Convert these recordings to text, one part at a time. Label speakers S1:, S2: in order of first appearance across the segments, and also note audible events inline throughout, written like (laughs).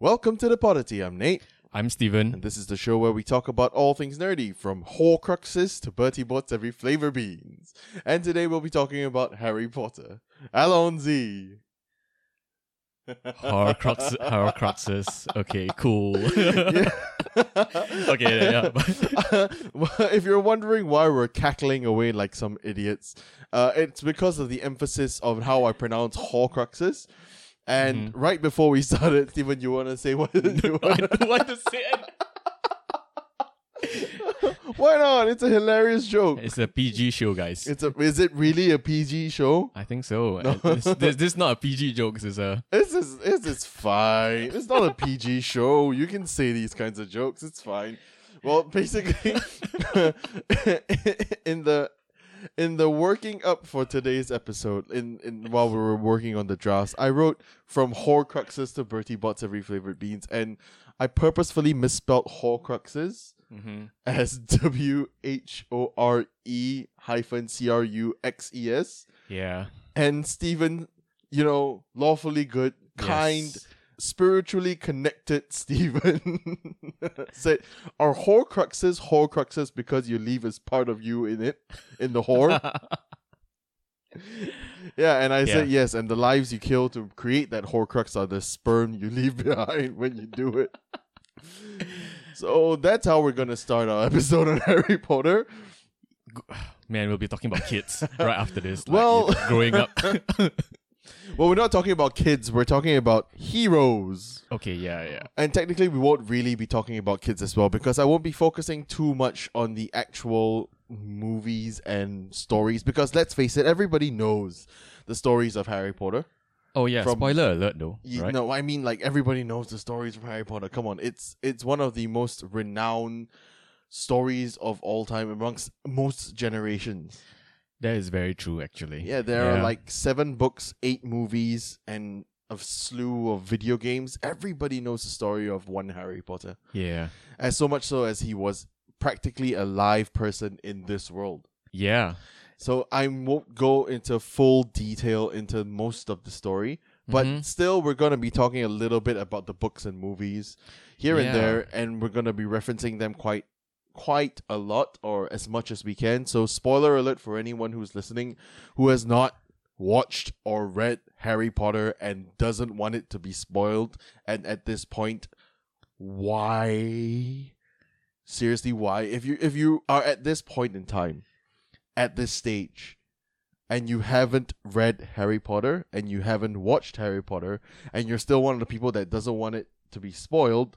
S1: Welcome to the Podity. I'm Nate,
S2: I'm Steven.
S1: and this is the show where we talk about all things nerdy, from Horcruxes to Bertie Bott's every flavor beans. And today we'll be talking about Harry Potter. Alonzi. (laughs)
S2: Horcrux, Horcruxes. Okay, cool.
S1: Yeah.
S2: Okay, yeah,
S1: (laughs) if you're wondering why we're cackling away like some idiots, uh, it's because of the emphasis of how I pronounce Horcruxes. And
S2: Mm-hmm.
S1: right before we (laughs) started, Stephen, you want to say what?
S2: (laughs)
S1: You
S2: I
S1: wanna,
S2: don't want to say it.
S1: why not? It's a hilarious joke.
S2: It's a PG show, guys.
S1: It's a. Is it really a PG show?
S2: I think so. This, this, this is not a PG joke. This is a.
S1: This is this is fine. It's not a PG show. You can say these kinds of jokes. It's fine. Well, basically, (laughs) in the in the working up for today's episode, in, in while we were working on the drafts, I wrote from Horcruxes to Bertie Bott's every flavored beans, and I purposefully misspelled Horcruxes as (laughs) W H O R E hyphen C R U X E S,
S2: Yeah.
S1: and Stephen, you know, lawfully good, kind
S2: Yes.
S1: spiritually connected (laughs) Stephen said, "Are Horcruxes Horcruxes because your leaf is part of you in it, in the whore?" yeah, and I said yes. And the lives you kill to create that Horcrux are the sperm you leave (laughs) behind when you do it. so that's how we're gonna start our (laughs) episode on Harry Potter.
S2: (laughs) Man, we'll be talking about kids right after this. Like,
S1: Well-
S2: you know,
S1: (laughs)
S2: growing up.
S1: Well, we're not talking about kids. We're talking about heroes.
S2: okay, yeah, yeah.
S1: And technically, we won't really be talking about kids as well because I won't be focusing too much on the actual movies and stories. Because let's face it, everybody knows the stories of Harry Potter.
S2: Oh, yeah.
S1: From-
S2: spoiler alert, though.
S1: You
S2: right?
S1: know, I mean, like everybody knows the stories from Harry Potter. Come on, it's it's one of the most renowned stories of all time amongst most generations.
S2: That is very true, actually.
S1: Yeah, there are like seven books, eight movies, and a slew of video games. Everybody knows the story of one Harry Potter.
S2: Yeah.
S1: as so much so as he was practically a live person in this world.
S2: Yeah.
S1: So I won't go into full detail into most of the story, but
S2: Mhm.
S1: still we're going to be talking a little bit about the books and movies here
S2: Yeah.
S1: and there and we're going to be referencing them quite quite a lot or as much as we can. So spoiler alert for anyone who's listening who has not watched or read Harry Potter and doesn't want it to be spoiled and at this point why seriously why if you if you are at this point in time at this stage and you haven't read Harry Potter and you haven't watched Harry Potter and you're still one of the people that doesn't want it to be spoiled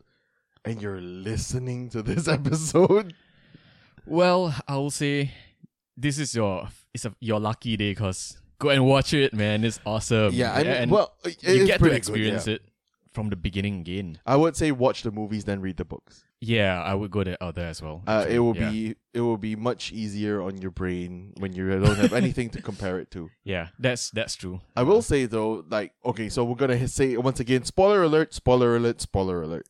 S1: and you're listening to this (laughs) episode
S2: Well, I will say this is your it's a, your lucky day because go and watch it, man. It's awesome.
S1: Um, yeah I mean
S2: and
S1: well it
S2: you
S1: is
S2: get to
S1: pretty
S2: experience
S1: good, yeah.
S2: it from the beginning again.
S1: I would say watch the movies then read the books
S2: Yeah, I would go there, oh, there as well.
S1: uh,
S2: actually.
S1: it will
S2: Yeah.
S1: be it will be much easier on your brain when you don't have anything to compare it to
S2: yeah, that's that's true.
S1: I will say though, like okay, so we're gonna hit- say once again, spoiler alert, spoiler alert, spoiler alert.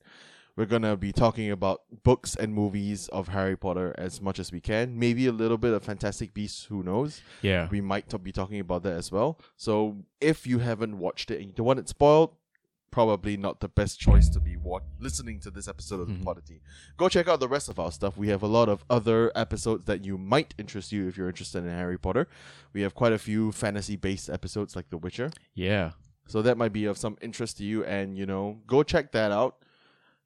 S1: We're gonna be talking about books and movies of Harry Potter as much as we can. Maybe a little bit of Fantastic Beasts, who knows?
S2: Yeah,
S1: We might to- be talking about that as well. So if you haven't watched it and you don't want it spoiled, probably not the best choice to be wa- listening to this episode of
S2: Mhm.
S1: the Podity. Go check out the rest of our stuff. We have a lot of other episodes that you might interest you if you're interested in Harry Potter. We have quite a few fantasy based episodes like The Witcher.
S2: yeah,
S1: So that might be of some interest to you and you know, go check that out.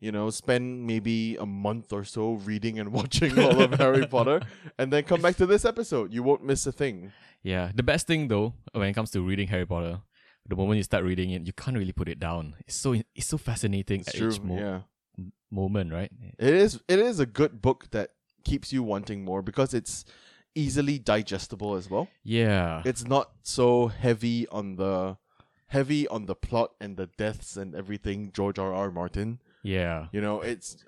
S1: You know, spend maybe a month or so reading and (laughs) watching all of Harry Potter and then come back to this episode. You won't miss a thing.
S2: yeah. The best thing though, when it comes to reading Harry Potter, the moment you start reading it, you can't really put it down. It's so it's so fascinating
S1: It's
S2: at
S1: true.
S2: each mo-
S1: yeah.
S2: moment, right?
S1: It is it is a good book that keeps you wanting more because it's easily digestible as well.
S2: Yeah,
S1: It's not so heavy on the heavy on the plot and the deaths and everything George R. R. Martin.
S2: yeah,
S1: You know, it's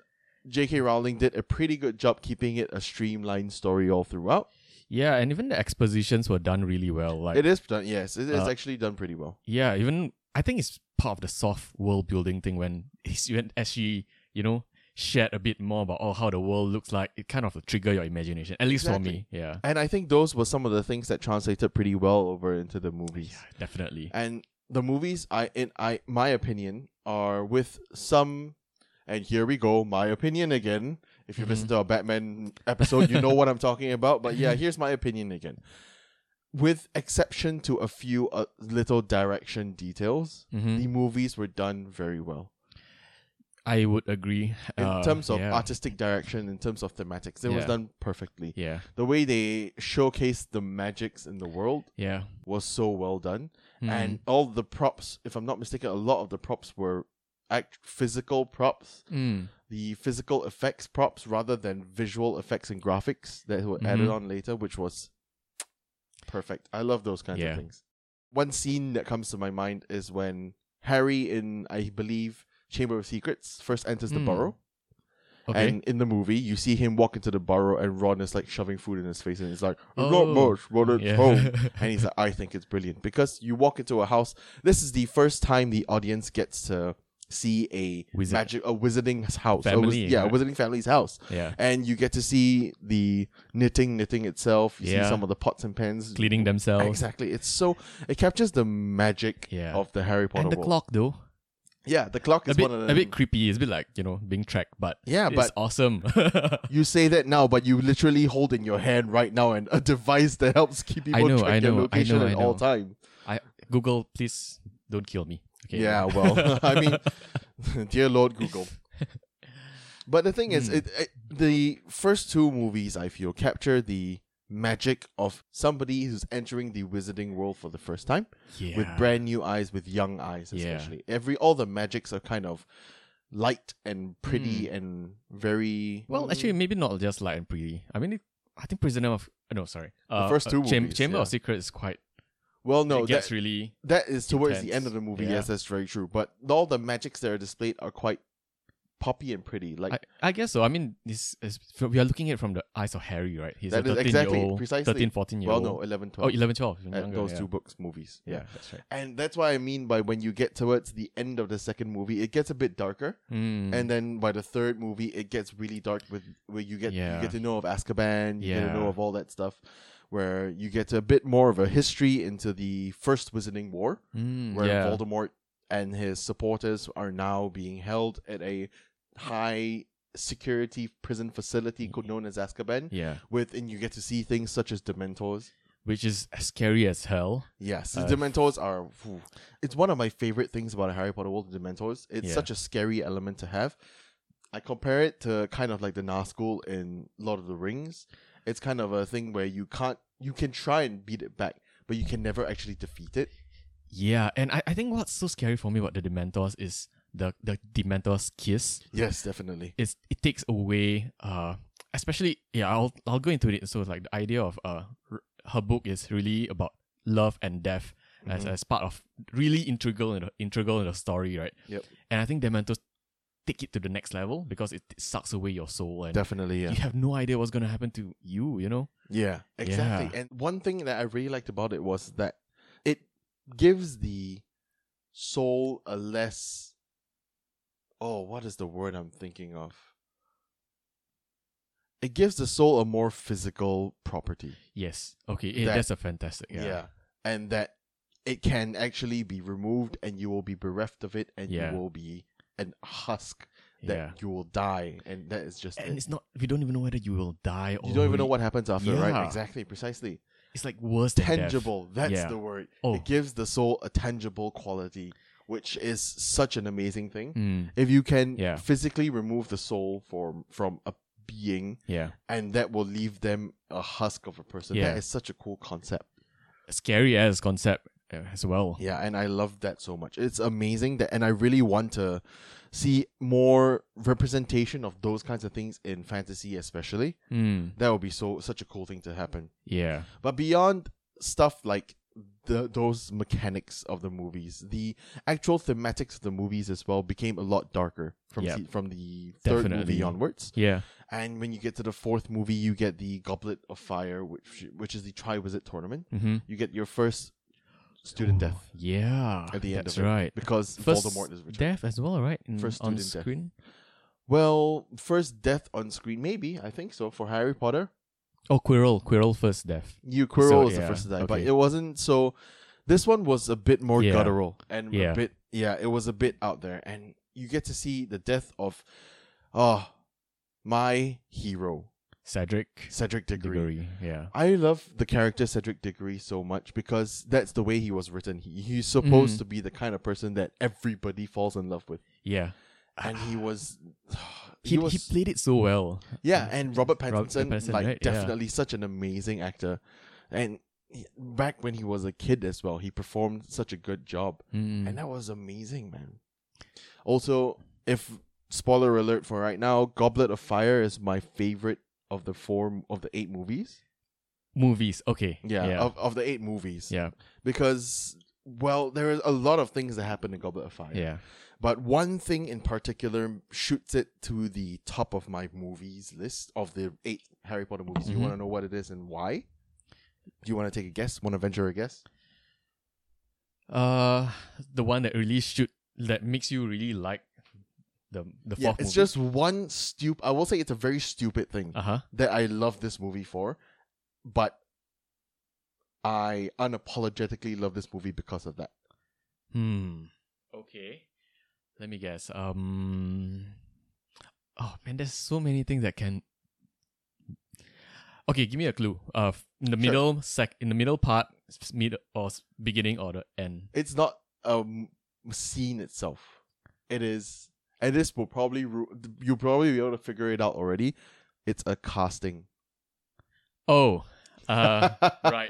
S1: J.K. Rowling did a pretty good job keeping it a streamlined story all throughout.
S2: yeah. And even the expositions were done really well. Like
S1: It is done, yes, it is
S2: Uh,
S1: actually done pretty well.
S2: yeah, even I think it's part of the soft world building thing when (laughs) it's even as she, you know, shared a bit more about oh how the world looks like, it kind of trigger your imagination. At least for
S1: Exactly.
S2: me. Yeah.
S1: And I think those were some of the things that translated pretty well over into the movies.
S2: Definitely.
S1: And the movies I in I my opinion are with some and here we go, my opinion again. If you
S2: Mhm.
S1: listen to our Batman episode, you know what I'm talking about. But yeah, here's my opinion again. With exception to a few uh, little direction details,
S2: Mhm.
S1: the movies were done very well
S2: I would agree.
S1: in
S2: Uh,
S1: terms of
S2: yeah.
S1: artistic direction, in terms of thematics. It was
S2: Yeah.
S1: done perfectly.
S2: Yeah,
S1: The way they showcased the magics in the world
S2: yeah.
S1: was so well done.
S2: Mm.
S1: and all the props, if I'm not mistaken, a lot of the props were act physical props,
S2: Mm.
S1: the physical effects props rather than visual effects and graphics that were added
S2: Mhm.
S1: on later, which was perfect. I love those kinds
S2: Yeah.
S1: of things. One scene that comes to my mind is when Harry in I believe Chamber of Secrets first enters the
S2: Mm.
S1: burrow.
S2: okay.
S1: And in the movie, you see him walk into the burrow and Ron is like shoving food in his face and he's like, not
S2: Oh.
S1: much, but it's
S2: yeah.
S1: home
S2: (laughs)
S1: and he's like, I think it's brilliant because you walk into a house. This is the first time the audience gets to see a
S2: Wizard.
S1: magic, a wizarding house, a wiz-
S2: Family,
S1: yeah, a
S2: right?
S1: wizarding family's house,
S2: yeah,
S1: and you get to see the knitting, knitting itself. You see
S2: Yeah.
S1: some of the pots and pans.
S2: cleaning themselves.
S1: Exactly, it's so it captures the magic
S2: Yeah.
S1: of the Harry Potter
S2: And the
S1: world.
S2: clock though,
S1: Yeah, the clock
S2: a
S1: is
S2: bit
S1: one of the
S2: a bit creepy. It's a bit like you know being tracked, but
S1: Yeah,
S2: it's
S1: but-
S2: awesome. (laughs)
S1: You say that now, but you literally hold in your hand right now and a device that helps keep people
S2: know,
S1: track
S2: I
S1: your
S2: know, I
S1: location
S2: know,
S1: at
S2: I
S1: all
S2: know.
S1: time. (laughs)
S2: I Google, please don't kill me. Okay.
S1: Yeah, well, (laughs) I mean, dear Lord
S2: (laughs)
S1: Google. But the thing is,
S2: Hmm.
S1: it, it, the first two movies I feel capture the magic of somebody who's entering the wizarding world for the first time
S2: (laughs) yeah.
S1: with brand new eyes, with young eyes,
S2: Yeah.
S1: especially. Every all the magics are kind of light and pretty and very
S2: Hmm. Well, actually, maybe not just light and pretty. I mean, it, I think Prisoner of no, sorry, uh,
S1: first
S2: uh,
S1: two
S2: Cham-
S1: movies,
S2: Chamber
S1: yeah.
S2: of Secrets is quite.
S1: Well,
S2: No,
S1: no,
S2: it gets
S1: that,
S2: really.
S1: that is towards the
S2: intense.
S1: end of the movie.
S2: Yeah.
S1: Yes, that's very true. But all the magics that are displayed are quite poppy and pretty. Like
S2: I, I guess so. I mean, this is we are looking at it from the eyes of Harry, right? He's
S1: That
S2: a
S1: is
S2: 13
S1: exactly,
S2: year old,
S1: precisely.
S2: 13, 14 year
S1: well,
S2: old.
S1: no, 11,
S2: Oh,
S1: 12.
S2: 11, 12.
S1: Uh,
S2: younger,
S1: those
S2: yeah.
S1: two books, movies.
S2: Yeah,
S1: yeah.
S2: that's right.
S1: And that's why I mean by when you get towards the end of the second movie, it gets a bit darker.
S2: Mm.
S1: And then by the third movie, it gets really dark with where you get
S2: Yeah.
S1: you get to know of Azkaban, you get to
S2: Yeah.
S1: know of all that stuff. Where you get a bit more of a history into the first Wizarding War,
S2: Mm,
S1: where
S2: yeah.
S1: Voldemort and his supporters are now being held at a high security prison facility called known as Azkaban.
S2: yeah,
S1: With and you get to see things such as Dementors.
S2: which is as scary as hell.
S1: Yes,
S2: Uh,
S1: the Dementors are. phew. it's one of my favorite things about the Harry Potter world. The Dementors. It's
S2: Yeah.
S1: such a scary element to have. I compare it to kind of like the Nazgul in Lord of the Rings. It's kind of a thing where you can't, you can try and beat it back, but you can never actually defeat it.
S2: Yeah, and I, I think what's so scary for me about the Dementors is the the Dementors kiss.
S1: Yes, definitely.
S2: It's it takes away uh especially yeah, I'll I'll go into it. So like the idea of uh r- her book is really about love and death as,
S1: Mhm.
S2: as part of really integral in the, integral in the story, right?
S1: Yep.
S2: And I think Dementors take it to the next level because it sucks away your soul and
S1: Definitely, yeah.
S2: you have no idea what's gonna happen to you, you know?
S1: Yeah, exactly.
S2: Yeah.
S1: And one thing that I really liked about it was that it gives the soul a less. Oh, what is the word I'm thinking of? It gives the soul a more physical property.
S2: Yes. Okay, eh,
S1: That-
S2: that's a fantastic. Yeah.
S1: And that it can actually be removed and you will be bereft of it and
S2: Yeah.
S1: you will be an husk that
S2: yeah.
S1: you will die. And that is just.
S2: And
S1: it.
S2: it's not we don't even know whether you will die or
S1: You don't even know
S2: you-
S1: what happens after, right?
S2: Yeah.
S1: Exactly, precisely.
S2: It's like worse than death.
S1: tangible. That's
S2: Yeah.
S1: the word.
S2: Oh.
S1: It gives the soul a tangible quality, which is such an amazing thing.
S2: Mm,
S1: If you can
S2: Yeah.
S1: physically remove the soul from from a being,
S2: yeah.
S1: and that will leave them a husk of a person.
S2: Yeah.
S1: That is such a cool concept.
S2: Scary as concept uh, as well.
S1: Yeah, and I love that so much. It's amazing that, and I really want to see more representation of those kinds of things in fantasy, especially.
S2: Mm,
S1: That would be so such a cool thing to happen.
S2: yeah.
S1: But beyond stuff like the those mechanics of the movies, the actual thematics of the movies as well became a lot darker from
S2: Yep.
S1: se- from the third movie
S2: Definitely.
S1: onwards.
S2: Yeah.
S1: And when you get to the fourth movie, you get the Goblet of Fire, which which is the Triwizard Tournament.
S2: Mm-hmm.
S1: You get your first student death
S2: Yeah.
S1: at the end
S2: that's
S1: of it
S2: right.
S1: because
S2: First
S1: Voldemort is returned.
S2: death as well, right? In-
S1: First
S2: on
S1: student death.
S2: screen.
S1: Well, first death on screen, maybe I think so for Harry Potter.
S2: Oh, Quirrell. Quirrell first death.
S1: You Quirrell
S2: So,
S1: was the
S2: yeah,
S1: first to die, but
S2: okay.
S1: it wasn't so. This one was a bit more
S2: Yeah.
S1: guttural and
S2: Yeah.
S1: a bit yeah, it was a bit out there, and you get to see the death of, oh, my hero
S2: Cedric
S1: Cedric Diggory.
S2: Diggory. Yeah.
S1: I love the character Cedric Diggory so much because that's the way he was written. He, he's
S2: Mm-hmm.
S1: supposed to be the kind of person that everybody falls in love with,
S2: Yeah.
S1: and he was. (sighs) He,
S2: He, he,
S1: was
S2: played it so well.
S1: yeah, and Robert Pattinson,
S2: Pattinson,
S1: like
S2: right? Yeah.
S1: definitely such an amazing actor, and he- back when he was a kid as well, he performed such a good job,
S2: Mm.
S1: and that was amazing, man. Also, if spoiler alert for right now, Goblet of Fire is my favorite of the four of the eight movies.
S2: Movies. Okay.
S1: Yeah,
S2: Yeah.
S1: Of, of the eight movies.
S2: yeah.
S1: Because well, there is a lot of things that happen in Goblet of Fire.
S2: Yeah.
S1: But one thing in particular shoots it to the top of my movies list of the eight Harry Potter movies. You
S2: Mhm.
S1: want to know what it is and why? Do you want to take a guess? Want to venture a guess?
S2: Uh, the one that really should that makes you really like the the
S1: yeah,
S2: fourth
S1: it's just one stupid. I will say it's a very stupid thing
S2: uh huh.
S1: that I love this movie for, but I unapologetically love this movie because of that.
S2: Hmm. Okay. Let me guess. Um. Oh man, there's so many things that can. Okay, give me a clue. Uh, f- in the
S1: Sure.
S2: middle sec, in the middle part, s- s- mid or s- beginning or the end.
S1: it's not a m- scene itself. It is, and this will probably ru- you'll probably be able to figure it out already. It's a casting.
S2: Oh.
S1: (laughs)
S2: Uh. (laughs) right.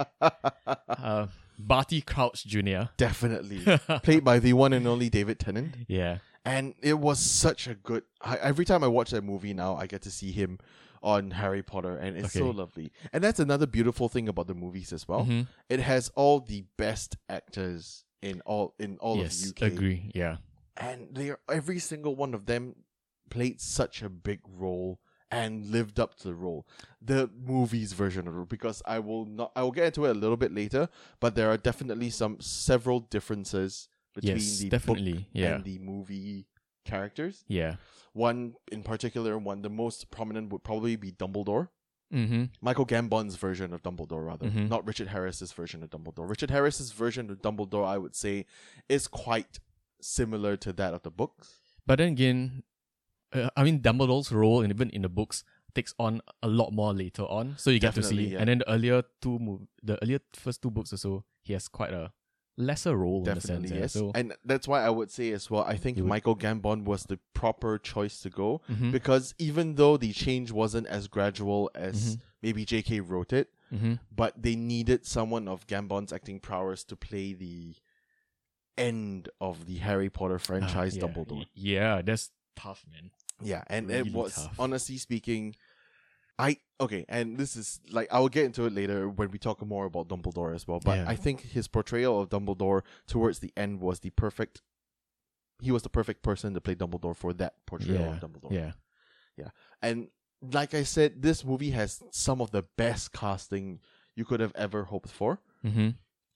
S2: uh. Barty Crouch Jr.
S1: Definitely played by the one and only David Tennant,
S2: (laughs) yeah.
S1: and it was such a good. I, every time I watch that movie now, I get to see him on Harry Potter, and it's so
S2: Okay.
S1: lovely. And that's another beautiful thing about the movies as well.
S2: Mhm.
S1: It has all the best actors in all in all
S2: yes.
S1: of UK.
S2: Agree. Yeah.
S1: and they every single one of them played such a big role and lived up to the role. The movie's version of it, because I will not, I will get into it a little bit later, but there are definitely some several differences between
S2: Yes.
S1: the
S2: Definitely.
S1: book
S2: yeah.
S1: and the movie characters.
S2: yeah.
S1: One in particular, one the most prominent would probably be Dumbledore.
S2: Mm-hmm.
S1: Michael Gambon's version of Dumbledore, rather,
S2: Mhm.
S1: not Richard Harris's version of Dumbledore. Richard Harris's version of Dumbledore, I would say, is quite similar to that of the books.
S2: But then again, uh, I mean, Dumbledore's role, and even in the books, takes on a lot more later on. So you get to
S1: Definitely,
S2: see,
S1: yeah.
S2: and then the earlier two, mov- the earlier first two books or so, he has quite a lesser role in
S1: Definitely,
S2: a sense. yeah.
S1: yes.
S2: So,
S1: And that's why I would say as well, I think
S2: You would-
S1: Michael Gambon was the proper choice to go
S2: Mhm,
S1: because even though the change wasn't as gradual as
S2: Mhm.
S1: maybe JK wrote it,
S2: mhm.
S1: but they needed someone of Gambon's acting prowess to play the end of the Harry Potter
S2: Ah,
S1: franchise
S2: yeah.
S1: Dumbledore.
S2: Y- Yeah, that's tough, man.
S1: Yeah, and
S2: Really
S1: it was
S2: tough.
S1: honestly speaking, I okay, and this is like I'll get into it later when we talk more about Dumbledore as well. But
S2: Yeah.
S1: I think his portrayal of Dumbledore towards the end was the perfect. He was the perfect person to play Dumbledore for that portrayal of Dumbledore.
S2: Yeah,
S1: And like I said, this movie has some of the best casting you could have ever hoped for.
S2: mm-hmm.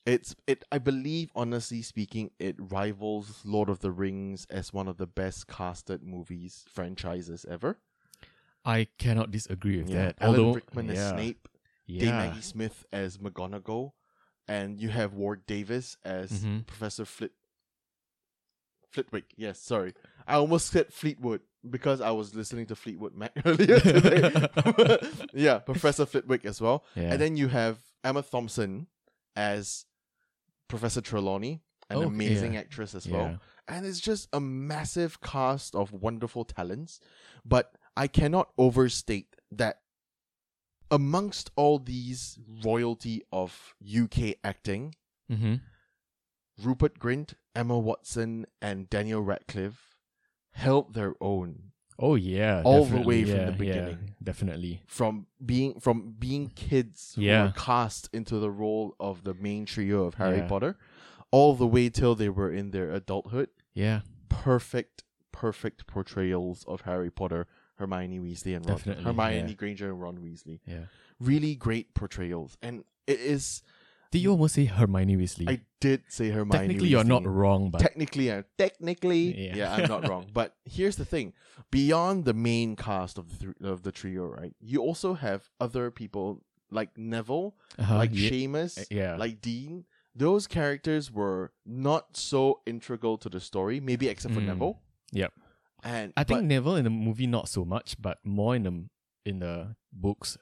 S1: It's it. I believe, honestly speaking, it rivals Lord of the Rings as one of the best casted movies franchises ever.
S2: I cannot disagree with that.
S1: Alan
S2: Although,
S1: Rickman as
S2: yeah,
S1: Snape, Dame
S2: yeah,
S1: Maggie Smith as McGonagall, and you have Ward Davis as
S2: Mhm.
S1: Professor Flit. Flitwick, yes, sorry. I almost said Fleetwood because I was listening to Fleetwood Mac (laughs) earlier today. (laughs) yeah, Professor Flitwick as well.
S2: yeah.
S1: And then you have Emma Thompson as Professor Trelawney, an
S2: Oh, okay,
S1: amazing
S2: yeah.
S1: actress as
S2: yeah.
S1: well and it's just a massive cast of wonderful talents. But I cannot overstate that amongst all these royalty of UK acting,
S2: Mm-hmm.
S1: Rupert Grint, Emma Watson, and Daniel Radcliffe held their own
S2: Oh yeah,
S1: All the way
S2: definitely,
S1: from the
S2: yeah, yeah,
S1: beginning.
S2: definitely.
S1: from being from being kids who
S2: Yeah.
S1: were cast into the role of the main trio of Harry
S2: Yeah.
S1: Potter, all the way till they were in their adulthood.
S2: Yeah,
S1: perfect, perfect portrayals of Harry Potter, Hermione Weasley, and Ron.
S2: Definitely,
S1: Hermione
S2: yeah.
S1: Granger and Ron Weasley.
S2: yeah.
S1: Really great portrayals, and it is.
S2: Did you almost say Hermione Weasley?
S1: I did say Hermione.
S2: Technically, you're not
S1: Weasley.
S2: wrong, but
S1: Technically, I, technically,
S2: Yeah.
S1: yeah. I'm not
S2: (laughs)
S1: wrong. But here's the thing: beyond the main cast of the thr of the trio, right? You also have other people like Neville,
S2: Uh-huh,
S1: like
S2: ye-
S1: Seamus,
S2: yeah,
S1: like Dean. those characters were not so integral to the story, maybe except for
S2: Mm.
S1: Neville.
S2: Yep.
S1: And
S2: I think
S1: but
S2: Neville in the movie not so much, but more in the in the books.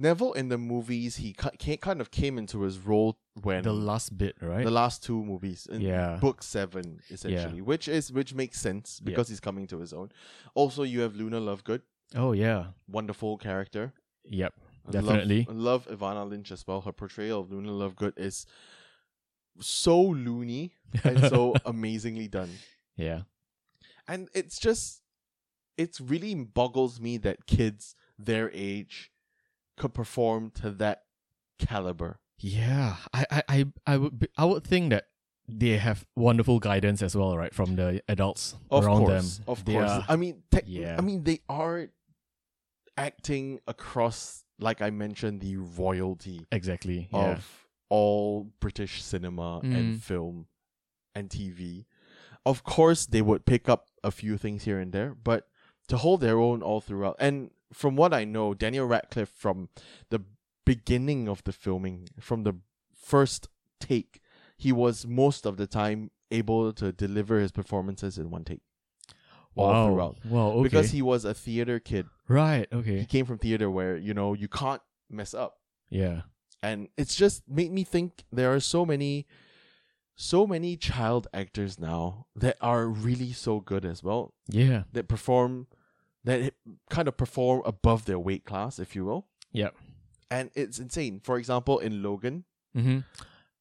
S1: Neville in the movies he ki- ca- kind of came into his role when
S2: the last bit, right?
S1: the last two movies in
S2: Yeah.
S1: book seven essentially, which is which makes sense
S2: Yeah.
S1: because he's coming to his own. Also, you have Luna Lovegood,
S2: oh yeah.
S1: wonderful character.
S2: Yep.
S1: I love-
S2: Definitely.
S1: I love Ivana Lynch as well. Her portrayal of Luna Lovegood is so
S2: (laughs)
S1: loony and so amazingly done.
S2: yeah.
S1: And it's just, it's really boggles me that kids their age could perform to that caliber.
S2: Yeah. I, I, I, I would be, I would think that they have wonderful guidance as well, right? From the adults
S1: Of
S2: around
S1: course,
S2: them.
S1: of
S2: They
S1: course.
S2: are-
S1: I mean, tech
S2: Yeah.
S1: I mean, they are acting across, like I mentioned, the royalty
S2: exactly. Yeah.
S1: of all British cinema
S2: Mm.
S1: and film and TV. Of course, they would pick up a few things here and there, but to hold their own all throughout. And from what I know, Daniel Radcliffe, from the beginning of the filming, from the first take, he was most of the time able to deliver his performances in one take.
S2: wow.
S1: All throughout.
S2: Wow. Okay.
S1: Because he was a theater kid.
S2: right.
S1: He
S2: Okay.
S1: came from theater where, you know, you can't mess up
S2: Yeah.
S1: and it's just made me think there are so many so many child actors now that are really so good as well
S2: Yeah.
S1: that perform that kind of perform above their weight class if you will
S2: Yep.
S1: and it's insane for example in logan
S2: Mm-hmm.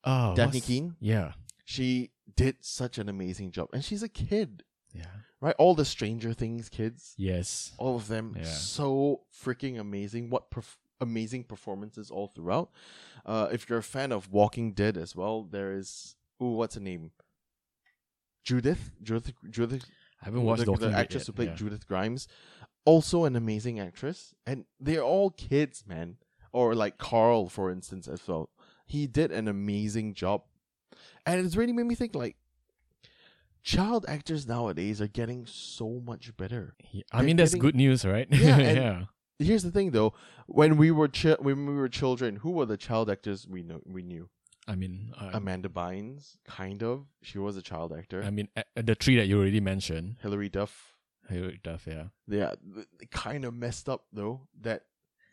S2: Oh,
S1: daphne
S2: what's-
S1: keane
S2: Yeah.
S1: she did such an amazing job and she's a kid
S2: Yeah.
S1: right all the stranger things kids
S2: Yes.
S1: all of them
S2: Yeah.
S1: so freaking amazing what perf- amazing performances all throughout uh if you're a fan of walking dead as well there is ooh what's her name judith judith judith
S2: I haven't watched
S1: the,
S2: Doctor
S1: the
S2: Who
S1: actress
S2: yet.
S1: who played
S2: yeah.
S1: judith grimes also an amazing actress and they're all kids man or like carl for instance as well he did an amazing job and it's really made me think like child actors nowadays are getting so much better
S2: He- I
S1: they're
S2: mean, that's
S1: getting-
S2: good news, right? (laughs)
S1: Yeah, and-
S2: yeah.
S1: Here's the thing, though. When we were chi- when we were children, who were the child actors we know we knew?
S2: I mean, uh,
S1: Amanda Bynes, kind of. She was a child actor.
S2: I mean, uh, the three that you already mentioned,
S1: Hilary Duff.
S2: Hillary Duff, yeah.
S1: Yeah, th- they kind of messed up though. That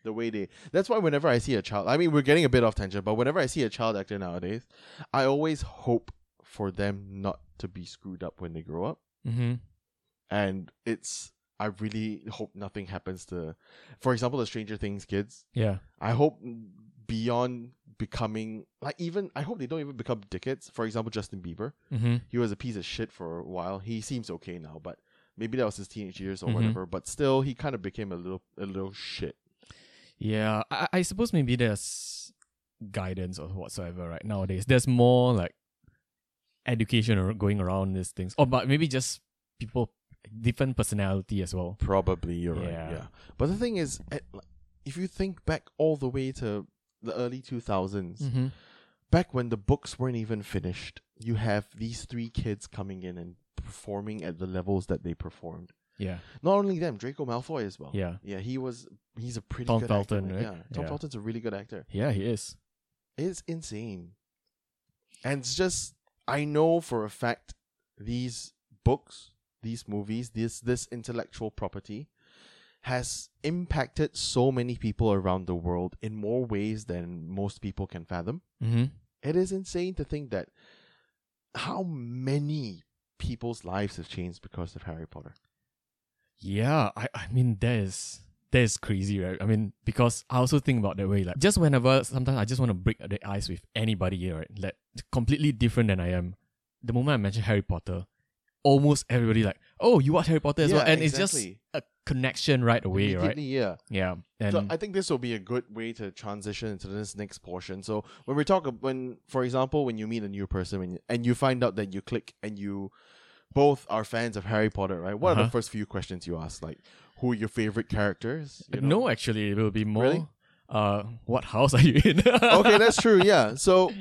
S1: the way they. That's why whenever I see a child, I mean, we're getting a bit off tangent, but whenever I see a child actor nowadays, I always hope for them not to be screwed up when they grow up.
S2: Mm-hmm.
S1: And it's I really hope nothing happens to, for example, the Stranger Things kids.
S2: Yeah.
S1: I hope beyond becoming like even I hope they don't even become dickheads. For example, Justin Bieber,
S2: Mm-hmm.
S1: he was a piece of shit for a while. He seems okay now, but maybe that was his teenage years or
S2: Mhm.
S1: whatever. But still, he kind of became a little a little shit.
S2: Yeah. I, I suppose maybe there's guidance or whatsoever right nowadays. There's more like education or going around these things. Or but maybe just people different personality as well.
S1: Probably you're
S2: right, Yeah. yeah.
S1: But the thing is, at, like, if you think back all the way to the early two
S2: Mm-hmm.
S1: back when the books weren't even finished, you have these three kids coming in and performing at the levels that they performed.
S2: Yeah.
S1: Not only them, Draco Malfoy as well.
S2: Yeah.
S1: Yeah, he was. He's a pretty
S2: Tom
S1: good
S2: Felton,
S1: actor.
S2: right?
S1: Yeah, Tom
S2: Yeah.
S1: Felton's a really good actor.
S2: Yeah, he is.
S1: It's insane, and it's just I know for a fact these books, these movies, this this intellectual property has impacted so many people around the world in more ways than most people can fathom.
S2: Mm-hmm.
S1: It is insane to think that how many people's lives have changed because of Harry Potter.
S2: Yeah, I, I mean that is that is crazy, right? I mean, because I also think about that way, like just whenever sometimes I just want to break the ice with anybody here, right? Like completely different than I am. The moment I mention Harry Potter, almost everybody like, oh, you watch Harry Potter as well.
S1: Yeah,
S2: And it's
S1: exactly.
S2: just a connection right away,
S1: Immediately,
S2: right?
S1: yeah.
S2: Yeah. And
S1: so I think this will be a good way to transition into this next portion. So when we talk, ab- when for example, when you meet a new person and you, and you find out that you click and you both are fans of Harry Potter, right? What are
S2: Uh-huh.
S1: the first few questions you ask? Like, who are your favorite characters? you know?
S2: no, actually it will be more
S1: Really?
S2: uh what house are you in? (laughs)
S1: okay, that's true. Yeah. So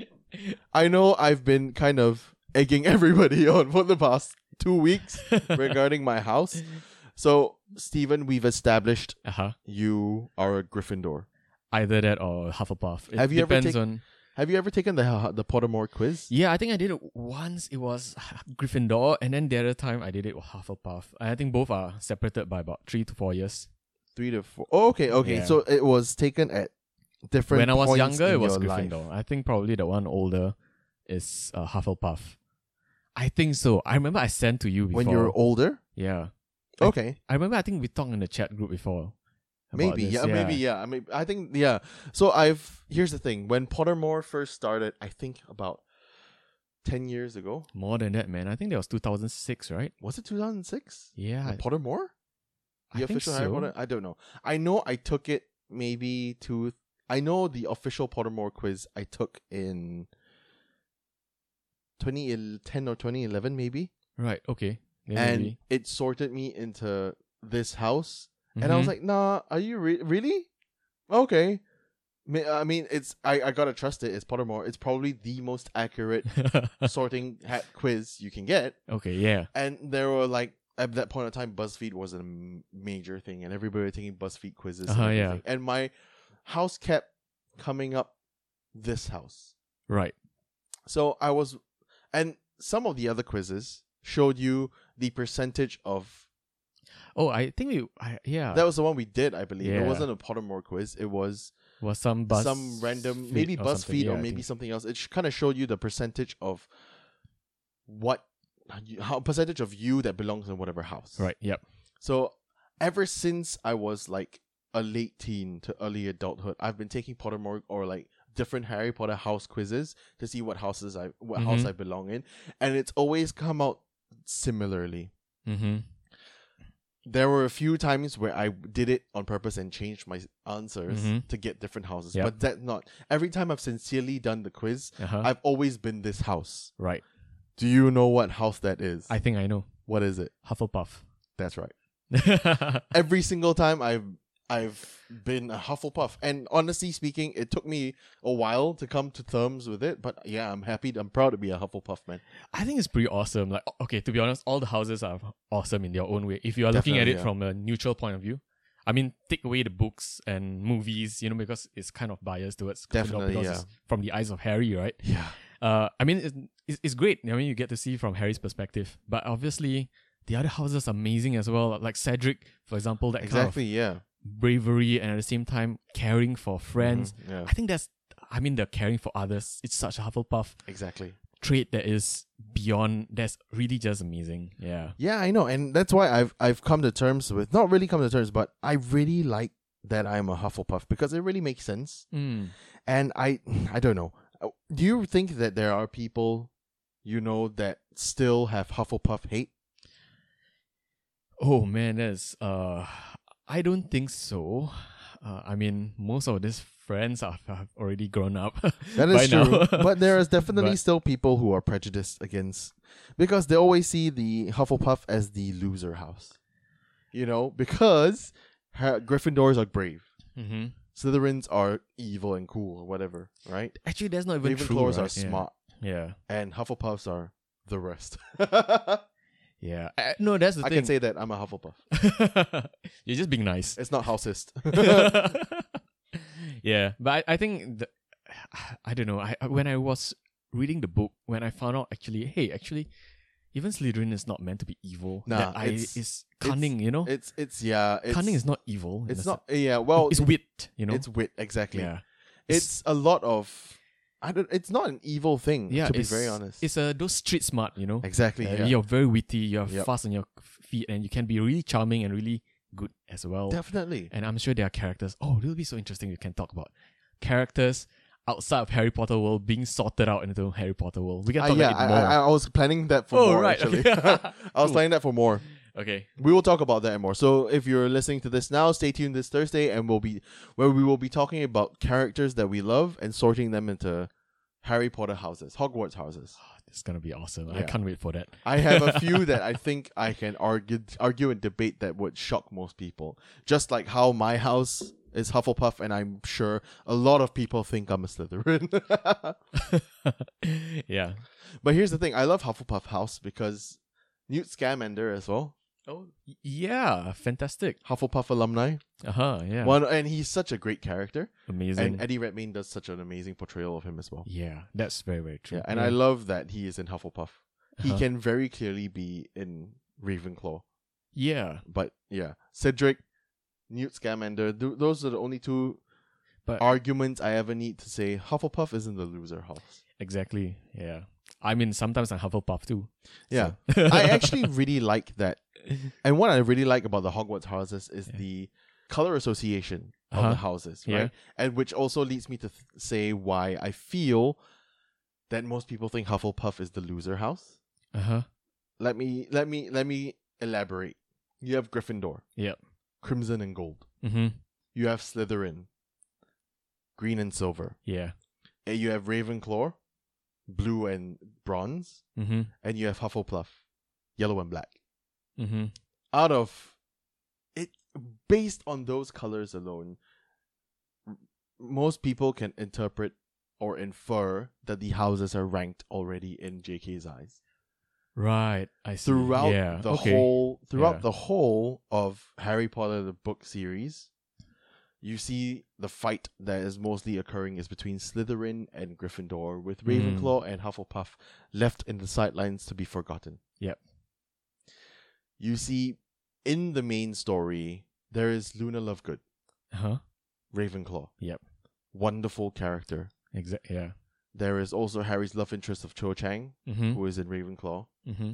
S1: I know I've been kind of egging (laughs) everybody on for the past two weeks regarding my house. So Stephen, we've established
S2: (laughs) uh-huh.
S1: you are a Gryffindor.
S2: Either that or Hufflepuff. It
S1: Have you ever
S2: depends
S1: take-
S2: on
S1: Have you ever taken the the Pottermore quiz?
S2: Yeah, I think I did it once. It was (sighs) Gryffindor, and then the other time I did it with Hufflepuff. I think both are separated by about three to four years.
S1: Three to four. Oh, okay, okay.
S2: Yeah.
S1: So it was taken at different.
S2: when I was
S1: points
S2: younger,
S1: in
S2: it was
S1: your life.
S2: Gryffindor. I think probably the one older is uh, Hufflepuff. I think so. I remember I sent to you before.
S1: When you were older,
S2: yeah, I-
S1: okay,
S2: I remember. I think we talked in the chat group before. about
S1: maybe,
S2: this.
S1: yeah, maybe, yeah. I mean, I think, yeah. So I've here's the thing. When Pottermore first started, I think about ten years ago.
S2: More than that, man. I think that was 2006, right?
S1: Was it 2006?
S2: Yeah, I-
S1: Pottermore?
S2: I
S1: The
S2: think
S1: official Harry
S2: so.
S1: Potter? I don't know. I know I took it maybe to. I know the official Pottermore quiz I took in 2010 or 2011, maybe.
S2: right. Okay, Yeah,
S1: and
S2: maybe.
S1: it sorted me into this house. And I was
S2: Mhm.
S1: like, nah, are you re- really? Okay. Ma- I mean, it's I, I gotta trust it. It's Pottermore. It's probably the most
S2: (laughs)
S1: accurate sorting hat quiz you can get
S2: Mm-hmm. okay, yeah,
S1: and there were like at that point in time BuzzFeed was a m- major thing and everybody was taking BuzzFeed quizzes
S2: Uh-huh,
S1: and
S2: yeah.
S1: everything. and my house kept coming up this house
S2: right.
S1: so I was and some of the other quizzes showed you the percentage of
S2: Oh, I think we, I, yeah,
S1: that was the one we did I believe it
S2: Yeah.
S1: wasn't a Pottermore quiz it was
S2: was some buzz,
S1: some random maybe BuzzFeed or maybe something else. It kind of showed you the percentage of what how percentage of you that belongs in whatever house.
S2: right. Yep.
S1: So ever since I was like a late teen to early adulthood, I've been taking Pottermore or like different Harry Potter house quizzes to see what houses I what house
S2: Mhm.
S1: I belong in, and it's always come out similarly.
S2: Mm-hmm.
S1: There were a few times where I did it on purpose and changed my answers
S2: Mhm.
S1: to get different houses,
S2: Yep.
S1: but that's not every time I've sincerely done the quiz.
S2: Uh-huh.
S1: I've always been this house.
S2: right.
S1: Do you know what house that is?
S2: I think I know
S1: what is it?
S2: Hufflepuff. (laughs)
S1: That's right.
S2: mm-hmm.
S1: every single time I've I've been a Hufflepuff. And honestly speaking, it took me a while to come to terms with it. But yeah, I'm happy. I'm proud to be a Hufflepuff man.
S2: I think it's pretty awesome. Like, o- okay, to be honest, all the houses are awesome in their own way. If you are looking at
S1: Definitely,
S2: it
S1: yeah.
S2: from a neutral point of view, I mean, take away the books and movies, you know, because it's kind of biased towards Gryffindor
S1: Definitely,
S2: because
S1: yeah.
S2: it's from the eyes of Harry, right?
S1: Yeah.
S2: Uh, I mean, it's, it's, it's great. I mean, you get to see from Harry's perspective, but obviously, the other houses are amazing as well. Like Cedric, for example, that
S1: Exactly, yeah.
S2: kind of bravery and at the same time caring for friends.
S1: Mhm, Yeah.
S2: I think that's, I mean, they're caring for others. It's such a Hufflepuff
S1: Exactly.
S2: trait that is beyond that's really just amazing. Yeah.
S1: Yeah, I know. And that's why I've I've come to terms with not really come to terms, but I really like that I'm a Hufflepuff because it really makes sense.
S2: Mm.
S1: And I (sighs) I don't know. Oh, Do you think that there are people you know that still have Hufflepuff hate?
S2: Oh man, that's uh I don't think so. Uh, I mean, most of these friends have, have already grown up. (laughs)
S1: That
S2: by
S1: is true.
S2: now.
S1: but there
S2: (laughs)
S1: is definitely
S2: But-
S1: still people who are prejudiced against because they always see the Hufflepuff as the loser house. You know, because ha- Gryffindors are brave. Mm-hmm.
S2: Mhm.
S1: Slytherins are evil and cool or whatever, right?
S2: Actually, that's not even true.
S1: Ravenclaws are
S2: right? Yeah.
S1: smart
S2: Yeah,
S1: and Hufflepuffs are the rest. (laughs) I
S2: yeah. Uh, no, that's the
S1: can
S2: thing.
S1: say that I'm a Hufflepuff.
S2: (laughs) You're just being nice.
S1: It's not houseist.
S2: (laughs)
S1: (laughs)
S2: yeah, but I, I think the, I don't know. I I- when I was reading the book, when I found out actually, hey, actually, even Slytherin is not meant to be evil.
S1: Nah,
S2: that I,
S1: it's-
S2: it's, cunning, you know.
S1: it's it's yeah, it's
S2: cunning is not evil. in
S1: it's
S2: a
S1: not yeah, well
S2: it's wit, you know.
S1: it's wit exactly.
S2: yeah,
S1: It's a lot of I don't it's not an evil thing
S2: yeah.
S1: to be
S2: it's,
S1: very honest.
S2: it's uh, those street smart, you know.
S1: Exactly.
S2: Uh,
S1: yeah.
S2: You're very witty. You're
S1: Yep.
S2: fast on your feet, and you can be really charming and really good as well.
S1: Definitely.
S2: and I'm sure there are characters. Oh, it'll be so interesting. We can talk about characters outside of Harry Potter world being sorted out into Harry Potter world. We can
S1: Uh,
S2: talk
S1: yeah,
S2: about it
S1: I,
S2: more. (laughs)
S1: I, I was planning that for
S2: oh,
S1: more
S2: right. (laughs)
S1: actually. (laughs)
S2: Okay.
S1: I was
S2: Cool.
S1: planning that for more.
S2: okay. (sighs)
S1: We will talk about that and more. So if you're listening to this now, stay tuned this Thursday and we'll be where we will be talking about characters that we love and sorting them into Harry Potter houses, Hogwarts houses.
S2: Oh, this is gonna be awesome. I
S1: Yeah.
S2: can't wait for that. (laughs)
S1: I have a few that I think I can argue argue and debate that would shock most people. Just like how my house is Hufflepuff and I'm sure a lot of people think I'm a Slytherin. (laughs)
S2: yeah.
S1: But here's the thing: I love Hufflepuff House because Newt Scamander as well,
S2: Oh yeah, fantastic.
S1: Hufflepuff alumni.
S2: Uh huh. Yeah.
S1: One and he's such a great character,
S2: Amazing.
S1: and Eddie Redmayne does such an amazing portrayal of him as well.
S2: yeah, that's very very true.
S1: Yeah, and I love that he is in Hufflepuff. He
S2: Uh-huh.
S1: can very clearly be in Ravenclaw,
S2: yeah,
S1: but yeah, Cedric, Newt Scamander, th- those are the only two
S2: But-
S1: arguments I ever need to say. Hufflepuff isn't the loser house.
S2: exactly. Yeah. I mean, sometimes I Hufflepuff too.
S1: Yeah,
S2: so.
S1: (laughs)
S2: (laughs)
S1: I actually really like that. And what I really like about the Hogwarts houses is
S2: Yeah.
S1: the color association of
S2: Uh-huh.
S1: the houses, right?
S2: Yeah.
S1: And which also leads me to th- say why I feel that most people think Hufflepuff is the loser house.
S2: Uh huh.
S1: Let me let me let me elaborate. You have Gryffindor.
S2: Yep.
S1: Crimson and gold.
S2: Mm-hmm.
S1: You have Slytherin. Green and silver.
S2: Yeah.
S1: And you have Ravenclaw. Blue and bronze.
S2: Mm-hmm.
S1: And you have Hufflepuff. Yellow and black.
S2: Mm-hmm.
S1: out of it based on those colors alone m- most people can interpret or infer that the houses are ranked already in JK's eyes
S2: Right. I see.
S1: throughout
S2: yeah.
S1: the
S2: okay.
S1: whole throughout
S2: Yeah.
S1: the whole of Harry Potter the book series you see the fight that is mostly occurring is between Slytherin and Gryffindor with
S2: Mm.
S1: Ravenclaw and Hufflepuff left in the sidelines to be forgotten
S2: Yep.
S1: you see in the main story there is Luna Lovegood
S2: Huh.
S1: Ravenclaw
S2: Yep.
S1: wonderful character
S2: Exactly. Yeah.
S1: there is also Harry's love interest of Cho Chang
S2: Mm-hmm.
S1: who is in Ravenclaw
S2: Mm-hmm.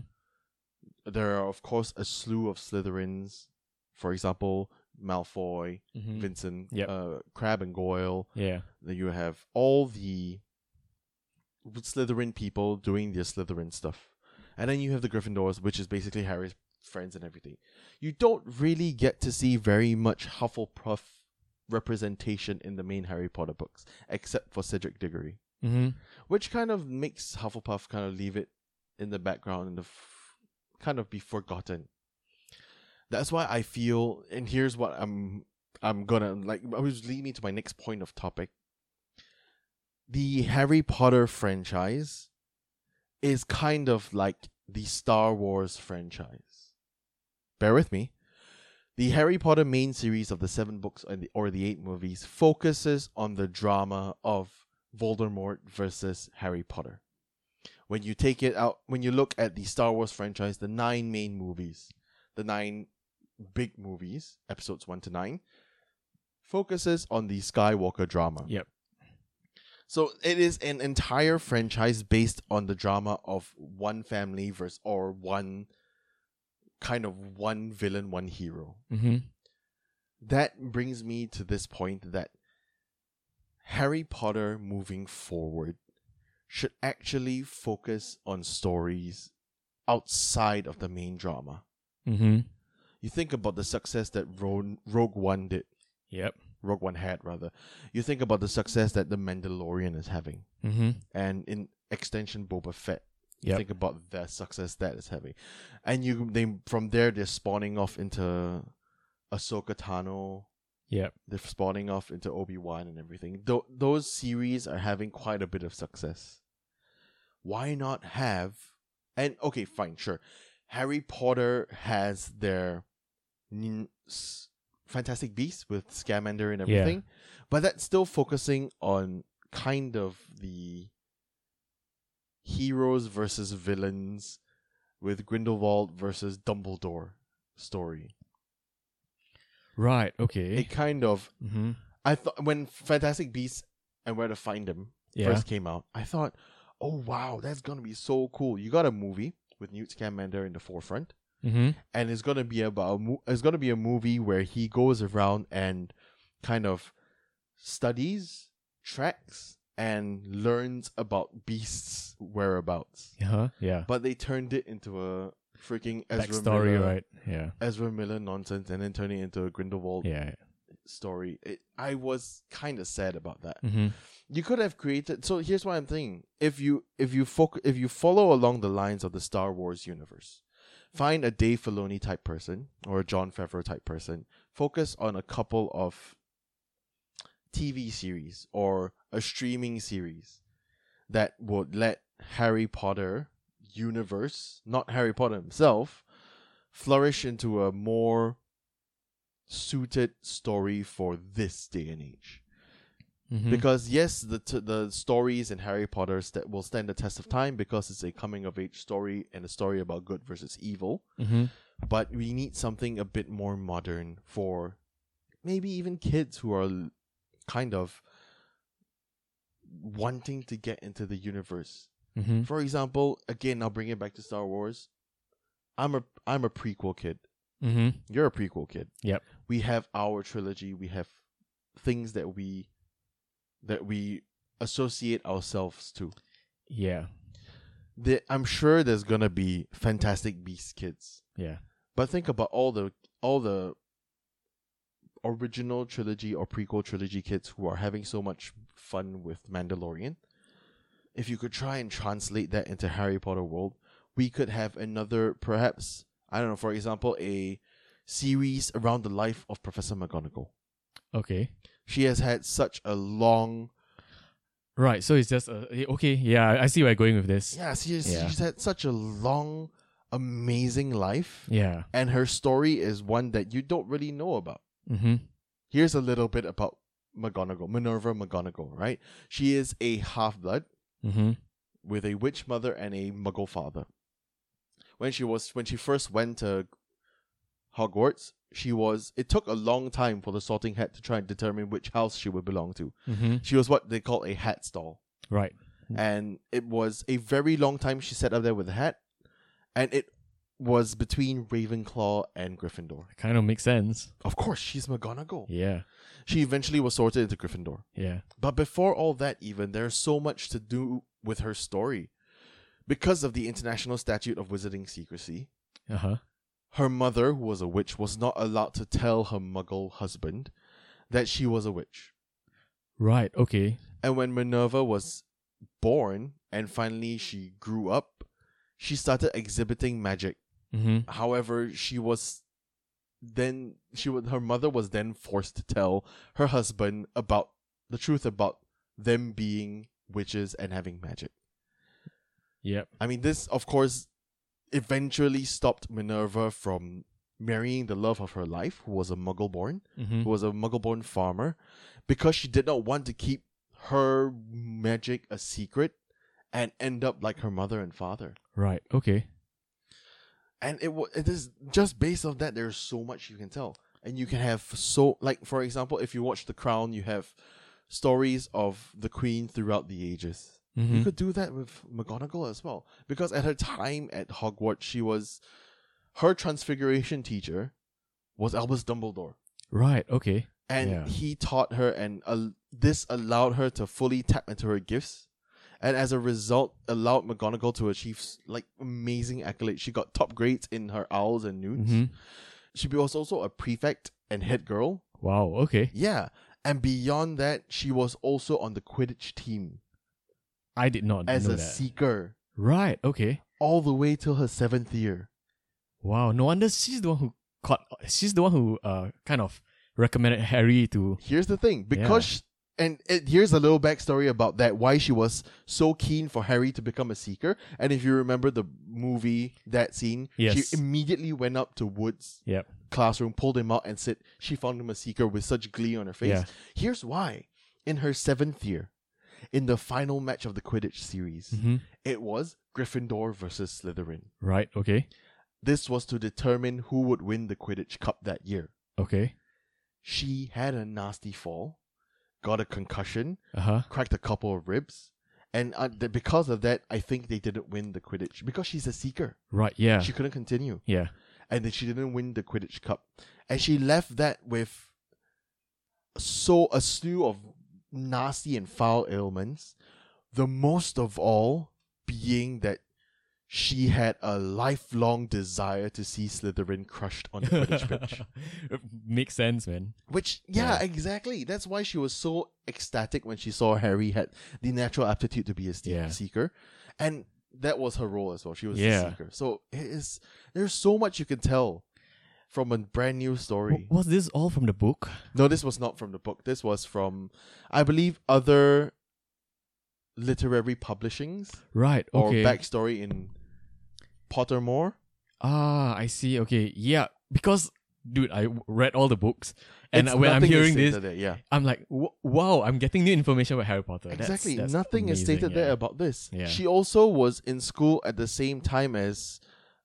S1: there are of course a slew of Slytherins, for example, Malfoy,
S2: Mm-hmm.
S1: Vincent,
S2: Yep.
S1: uh, Crab and Goyle.
S2: Yeah.
S1: Then you have all the Slytherin people doing their Slytherin stuff, and then you have the Gryffindors, which is basically Harry's friends and everything. You don't really get to see very much Hufflepuff representation in the main Harry Potter books, except for Cedric Diggory
S2: Mm-hmm.
S1: which kind of makes Hufflepuff kind of leave it in the background and the f- kind of be forgotten. That's why I feel, and here's what I'm I'm gonna like, which lead me to my next point of topic. The Harry Potter franchise is kind of like the Star Wars franchise. Bear with me. The Harry Potter main series of the seven books and the, or the eight movies focuses on the drama of Voldemort versus Harry Potter. When you take it out, when you look at the Star Wars franchise, the nine main movies, the nine big movies, episodes one to nine, focuses on the Skywalker drama.
S2: Yep.
S1: So it is an entire franchise based on the drama of one family versus or one kind of one villain, one hero
S2: Mm-hmm.
S1: that brings me to this point that Harry Potter moving forward should actually focus on stories outside of the main drama.
S2: Mm-hmm.
S1: You think about the success that Rogue, Rogue One did,
S2: Yep.
S1: Rogue One had rather. You think about the success that The Mandalorian is having,
S2: Mm-hmm.
S1: and in extension, Boba Fett. You
S2: Yep.
S1: think about the success that is having, and you they from there they're spawning off into Ahsoka Tano,
S2: Yep.
S1: they're spawning off into Obi Wan and everything. Tho- those series are having quite a bit of success. Why not have? And okay, fine, sure. Harry Potter has their nin- s- Fantastic Beasts with Scamander and
S2: Yeah.
S1: everything, but that's still focusing on kind of the heroes versus villains with Grindelwald versus Dumbledore story.
S2: Right. Okay.
S1: It kind of
S2: Mm-hmm.
S1: I thought when Fantastic Beasts and Where to Find Them
S2: Yeah.
S1: first came out, I thought, "Oh wow, that's gonna be so cool." You got a movie with Newt Scamander in the forefront,
S2: Mm-hmm.
S1: and it's gonna be about a mo- it's gonna be a movie where he goes around and kind of studies, tracks, and learns about beasts' whereabouts.
S2: Uh-huh. Yeah.
S1: But they turned it into a freaking Ezra
S2: Backstory,
S1: Miller,
S2: right? Yeah.
S1: Ezra Miller nonsense, and then turn it into a Grindelwald
S2: Yeah.
S1: story. It, I was kind of sad about that.
S2: Mm-hmm.
S1: you could have created so here's what i'm thinking if you if you foc- if you follow along the lines of the star wars universe find a dave filoni type person or a john favreau type person focus on a couple of tv series or a streaming series that would let harry potter universe not harry potter himself flourish into a more suited story for this day and age.
S2: Mhm.
S1: Because yes, the t- the stories in Harry Potter st- will stand the test of time because it's a coming of age story and a story about good versus evil.
S2: Mhm.
S1: But we need something a bit more modern for maybe even kids who are l- kind of wanting to get into the universe.
S2: Mhm.
S1: For example, again, I'll bring it back to Star Wars. I'm a I'm a prequel kid.
S2: Mhm.
S1: You're a prequel kid.
S2: Yep.
S1: We have our trilogy. We have things that we that we associate ourselves to.
S2: Yeah.
S1: There, I'm sure there's gonna be Fantastic Beast kids.
S2: Yeah.
S1: But think about all the all the original trilogy or prequel trilogy kids who are having so much fun with Mandalorian. If you could try and translate that into Harry Potter world, we could have another perhaps I don't know, for example, a series around the life of Professor McGonagall.
S2: Okay.
S1: She has had such a long
S2: Right. So it's just a, eh, okay. Yeah, I I see where you're going with this.
S1: Yeah, she has,
S2: Yeah.
S1: she's had such a long amazing life
S2: Yeah.
S1: and her story is one that you don't really know about.
S2: Mm-hmm.
S1: here's a little bit about McGonagall, Minerva McGonagall, right? She is a half blood
S2: Mm-hmm.
S1: with a witch mother and a muggle father. When she was when she first went to Hogwarts, she was it took a long time for the sorting hat to try and determine which house she would belong to.
S2: Mm-hmm.
S1: She was what they call a hat stall.
S2: Right.
S1: And it was a very long time she sat up there with a hat. And it was between Ravenclaw and Gryffindor.
S2: Kind of makes sense.
S1: Of course, she's McGonagall.
S2: Yeah.
S1: She eventually was sorted into Gryffindor.
S2: Yeah.
S1: But before all that, even, there's so much to do with her story. Because of the international statute of wizarding secrecy,
S2: Uh huh.
S1: her mother, who was a witch, was not allowed to tell her muggle husband that she was a witch.
S2: Right. Okay.
S1: And when Minerva was born and finally she grew up, she started exhibiting magic.
S2: Mm-hmm.
S1: However, she was then she wa- her mother was then forced to tell her husband about the truth about them being witches and having magic.
S2: Yep.
S1: I mean, this of course eventually stopped Minerva from marrying the love of her life, who was a Muggle-born,
S2: Mm-hmm.
S1: who was a Muggle-born farmer, because she did not want to keep her magic a secret and end up like her mother and father.
S2: Right. Okay.
S1: and it wa- it is just based on that there's so much you can tell and you can have so like for example if you watch the crown you have stories of the queen throughout the ages
S2: Mm-hmm.
S1: you could do that with McGonagall as well because at her time at Hogwarts she was her transfiguration teacher was Albus Dumbledore
S2: Right. Okay.
S1: and
S2: Yeah.
S1: he taught her and uh, this allowed her to fully tap into her gifts and as a result allowed McGonagall to achieve s- like amazing accolades she got top grades in her owls and newts
S2: Mm-hmm.
S1: she was also a prefect and head girl
S2: Wow. Okay.
S1: yeah and beyond that she was also on the quidditch team
S2: I did not
S1: as
S2: know
S1: a
S2: that.
S1: seeker
S2: right. Okay.
S1: all the way till her seventh year
S2: Wow. No wonder she's the one who caught. She's the one who uh kind of recommended Harry to.
S1: here's the thing because sh and it, here's a little backstory about that why she was so keen for harry to become a seeker and if you remember the movie that scene
S2: Yes.
S1: she immediately went up to wood's
S2: Yep.
S1: classroom pulled him out and said she found him a seeker with such glee on her face
S2: Yeah.
S1: here's why in her seventh year in the final match of the quidditch series
S2: Mm-hmm.
S1: it was gryffindor versus slytherin
S2: Right. Okay.
S1: this was to determine who would win the quidditch cup that year
S2: Okay.
S1: she had a nasty fall got a concussion
S2: Uh huh.
S1: cracked a couple of ribs. And uh, th- because of that, I think they didn't win the Quidditch because she's a seeker.
S2: Right. Yeah.
S1: She couldn't continue.
S2: yeah.
S1: And then she didn't win the Quidditch Cup. And she left that with so a slew of nasty and foul ailments. The most of all being that she had a lifelong desire to see Slytherin crushed on the
S2: (laughs)
S1: Quidditch pitch.
S2: Makes sense, man.
S1: Which, yeah,
S2: Yeah.
S1: exactly. That's why she was so ecstatic when she saw Harry had the natural aptitude to be a ste-
S2: Yeah.
S1: seeker, and that was her role as well. She was a
S2: Yeah.
S1: seeker, so it is. There's so much you can tell from a brand new story.
S2: W- was this all from the book?
S1: No, this was not from the book. This was from, I believe, other literary publishings
S2: Right.
S1: or
S2: Okay.
S1: backstory in Pottermore.
S2: Ah, I see. Okay. Yeah. Because dude, I w- read all the books, and
S1: It's
S2: when I'm
S1: nothing is
S2: hearing this,
S1: stated there, yeah,
S2: I'm like, "Wo- wow, I'm getting new information about Harry Potter. That's-
S1: exactly.
S2: that's
S1: Nothing is
S2: amazing,
S1: stated
S2: yeah.
S1: there about this.
S2: Yeah.
S1: She also was in school at the same time as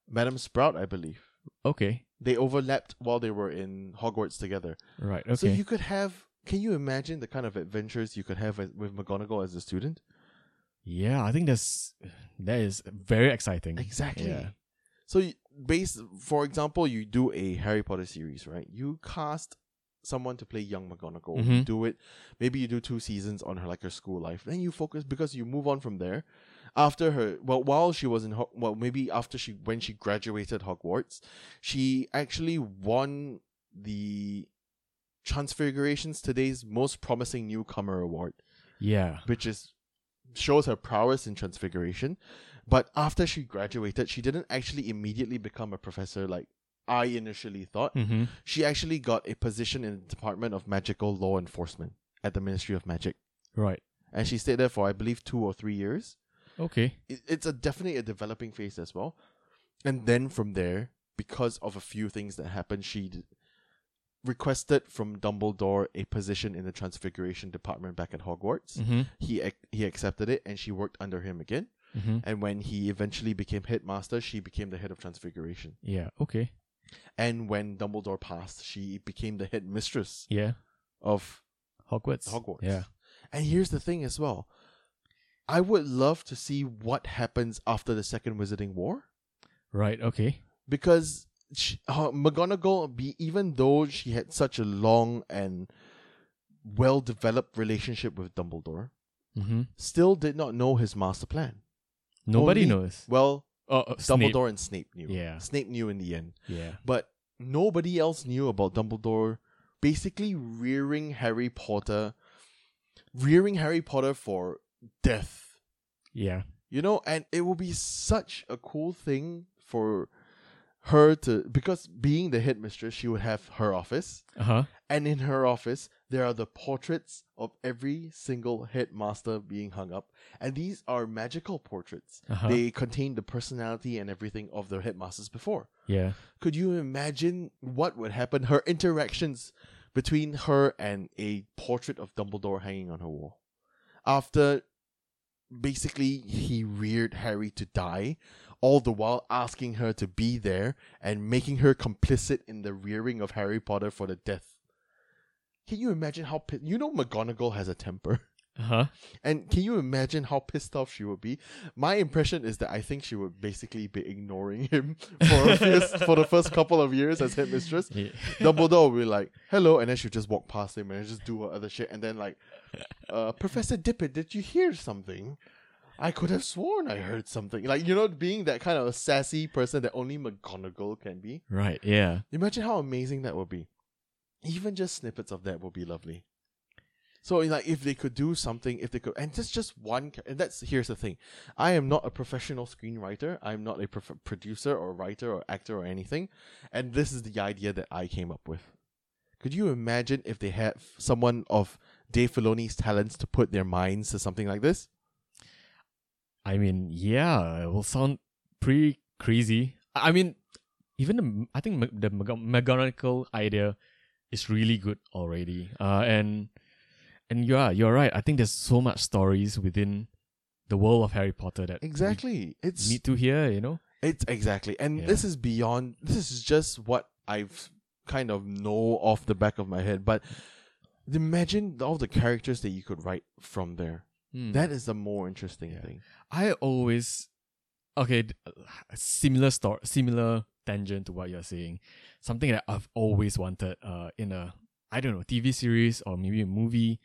S1: Madame Sprout, I believe.
S2: Okay,
S1: They overlapped while they were in Hogwarts together.
S2: right. Okay.
S1: So you could have. Can you imagine the kind of adventures you could have as- with McGonagall as a student?
S2: yeah, I think that's that is very exciting.
S1: Exactly.
S2: Yeah.
S1: So, you, based, for example, you do a Harry Potter series, right? You cast someone to play young McGonagall. You
S2: Mhm.
S1: do it. Maybe you do two seasons on her like her school life. Then you focus because you move on from there. After her, well, while she was in, Ho- well, maybe after she when she graduated Hogwarts, she actually won the Transfigurations today's most promising newcomer award
S2: Yeah.
S1: which is shows her prowess in transfiguration. But after she graduated, she didn't actually immediately become a professor like I initially thought.
S2: Mm-hmm.
S1: She actually got a position in the Department of Magical Law Enforcement at the Ministry of Magic.
S2: Right.
S1: And she stayed there for, I believe, two or three years.
S2: Okay.
S1: It, it's a definitely a developing phase as well. And then from there, because of a few things that happened, she d- requested from Dumbledore a position in the Transfiguration Department back at Hogwarts
S2: Mm-hmm.
S1: he ac- he accepted it and she worked under him again
S2: Mm-hmm.
S1: and when he eventually became headmaster she became the head of transfiguration
S2: Yeah. Okay.
S1: and when dumbledore passed she became the headmistress
S2: Yeah.
S1: of
S2: Hogwarts.
S1: hogwarts
S2: Yeah.
S1: and here's the thing as well i would love to see what happens after the second wizarding war
S2: Right. Okay.
S1: because she, uh, McGonagall, be, even though she had such a long and well developed relationship with Dumbledore,
S2: Mm-hmm.
S1: still did not know his master plan.
S2: Nobody
S1: Only-
S2: knows.
S1: Well,
S2: Oh, uh, Snape.
S1: Dumbledore and Snape knew.
S2: Yeah.
S1: Snape knew in the end.
S2: Yeah.
S1: But nobody else knew about Dumbledore basically rearing Harry Potter, rearing Harry Potter for death.
S2: Yeah.
S1: You know, and it will be such a cool thing for her to because being the headmistress, she would have her office.
S2: Uh huh.
S1: And in her office, there are the portraits of every single headmaster being hung up. And these are magical portraits.
S2: Uh-huh.
S1: They contain the personality and everything of the headmasters before.
S2: Yeah.
S1: Could you imagine what would happen? Her interactions between her and a portrait of Dumbledore hanging on her wall. After basically he reared Harry to die, all the while asking her to be there and making her complicit in the rearing of Harry Potter for the death. Can you imagine how pi- you know McGonagall has a temper?
S2: Uh huh.
S1: And can you imagine how pissed off she would be? My impression is that I think she would basically be ignoring him (laughs) for a few, for the first couple of years as headmistress.
S2: Yeah. (laughs)
S1: Dumbledore would be like, "Hello," and then she'd just walk past him and just do her other shit. And then like, uh, Professor Dippet, did you hear something? I could have sworn I heard something. Like you know, being that kind of a sassy person that only McGonagall can be.
S2: Right. Yeah.
S1: Imagine how amazing that would be. Even just snippets of that would be lovely. So like if they could do something, if they could, and that's just one. ca- And that's here's the thing, I am not a professional screenwriter. I'm not a prof- producer or writer or actor or anything, and this is the idea that I came up with. Could you imagine if they had someone of Dave Filoni's talents to put their minds to something like this?
S2: I mean, yeah, it will sound pretty crazy. I I mean, even the I think Mag- the Mag- McGonagall idea is really good already. Uh, and and yeah, you're right. I think there's so much stories within the world of Harry Potter that we
S1: Exactly. It's
S2: need to hear. You know,
S1: It's exactly, and
S2: Yeah.
S1: this is beyond. This is just what I've kind of know off the back of my head. But imagine all the characters that you could write from there. That is the more interesting
S2: Mm. Yeah.
S1: thing.
S2: I always okay d- similar story similar tangent to what you're saying something that I've always wanted uh in a I don't know TV series or maybe a movie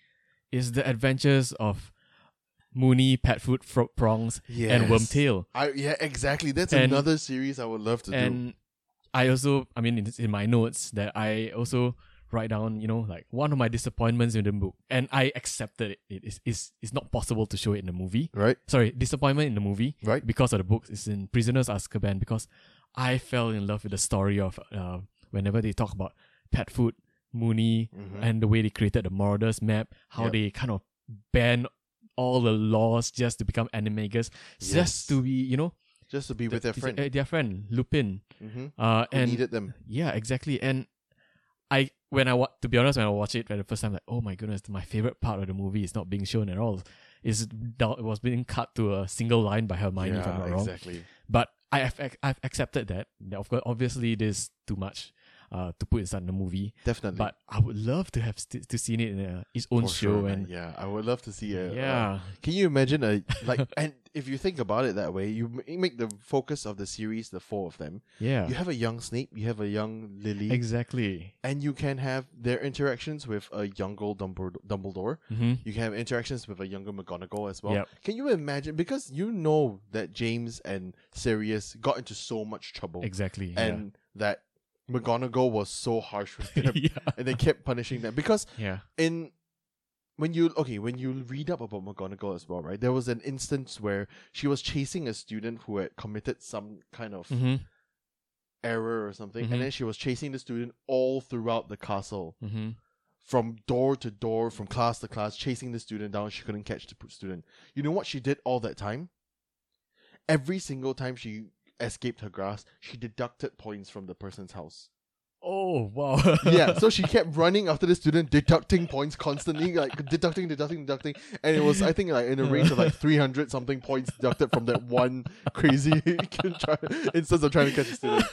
S2: is the adventures of Mooney Petfoot Fro- Prongs
S1: Yeah,
S2: and Wormtail
S1: I yeah, exactly. That's
S2: And-
S1: another series I would love to do.
S2: and I also I mean in, in my notes that I also write down you know like one of my disappointments in the book and I accepted it it is it's, it's not possible to show it in the movie
S1: Right,
S2: sorry disappointment in the movie
S1: right.
S2: because of the books is in Prisoners Azkaban because I fell in love with the story of uh, whenever they talk about pet food, Mooney,
S1: Mhm.
S2: and the way they created the Marauders map, how
S1: Yep.
S2: they kind of ban all the laws just to become animagus,
S1: Yes.
S2: just to be, you know,
S1: Just to be with their
S2: the-
S1: friend
S2: uh, their friend, Lupin.
S1: mm-hmm.
S2: Uh,
S1: who
S2: and
S1: needed them.
S2: yeah, exactly. And I when I wa- to be honest, when I watch it for the first time, like oh my goodness, my favorite part of the movie is not being shown at all. Is down, it was being cut to a single line by Hermione, if I'm not wrong.
S1: exactly.
S2: But I have ac- I've accepted that. Now, Of course, obviously, it is too much uh, to put inside the movie.
S1: Definitely.
S2: But I would love to have st- to seen it in a, its own
S1: For
S2: show
S1: sure, man.
S2: and
S1: yeah, I would love to see a, a-
S2: yeah,
S1: Can you imagine a like? (laughs) and if you think about it that way, you m- you make the focus of the series the four of them.
S2: yeah,
S1: You have a young Snape, you have a young Lily,
S2: exactly.
S1: and you can have their interactions with a younger Dumbledore. Dumbledore.
S2: hmm
S1: You can have interactions with a younger McGonagall as well.
S2: Yep.
S1: Can you imagine? Because you know that James and Sirius got into so much trouble,
S2: Exactly.
S1: and that McGonagall was so harsh
S2: (laughs)
S1: with
S2: yeah.
S1: them, (laughs)
S2: yeah,
S1: and they kept punishing them because
S2: yeah,
S1: in when you okay when you read up about McGonagall as well, right? There was an instance where she was chasing a student who had committed some kind of
S2: mm-hmm.
S1: error or something,
S2: Mhm.
S1: and then she was chasing the student all throughout the castle,
S2: Mm-hmm.
S1: from door to door, from class to class, chasing the student down. She couldn't catch the p- student. You know what she did all that time? Every single time she escaped her grasp, she deducted points from the person's house.
S2: Oh wow.
S1: yeah, so
S2: (laughs)
S1: she kept running after the student, deducting points constantly, like deducting, deducting, deducting, and it was I think like in a range of like three hundred something points deducted from that one crazy (laughs) try- instance of trying to catch a student.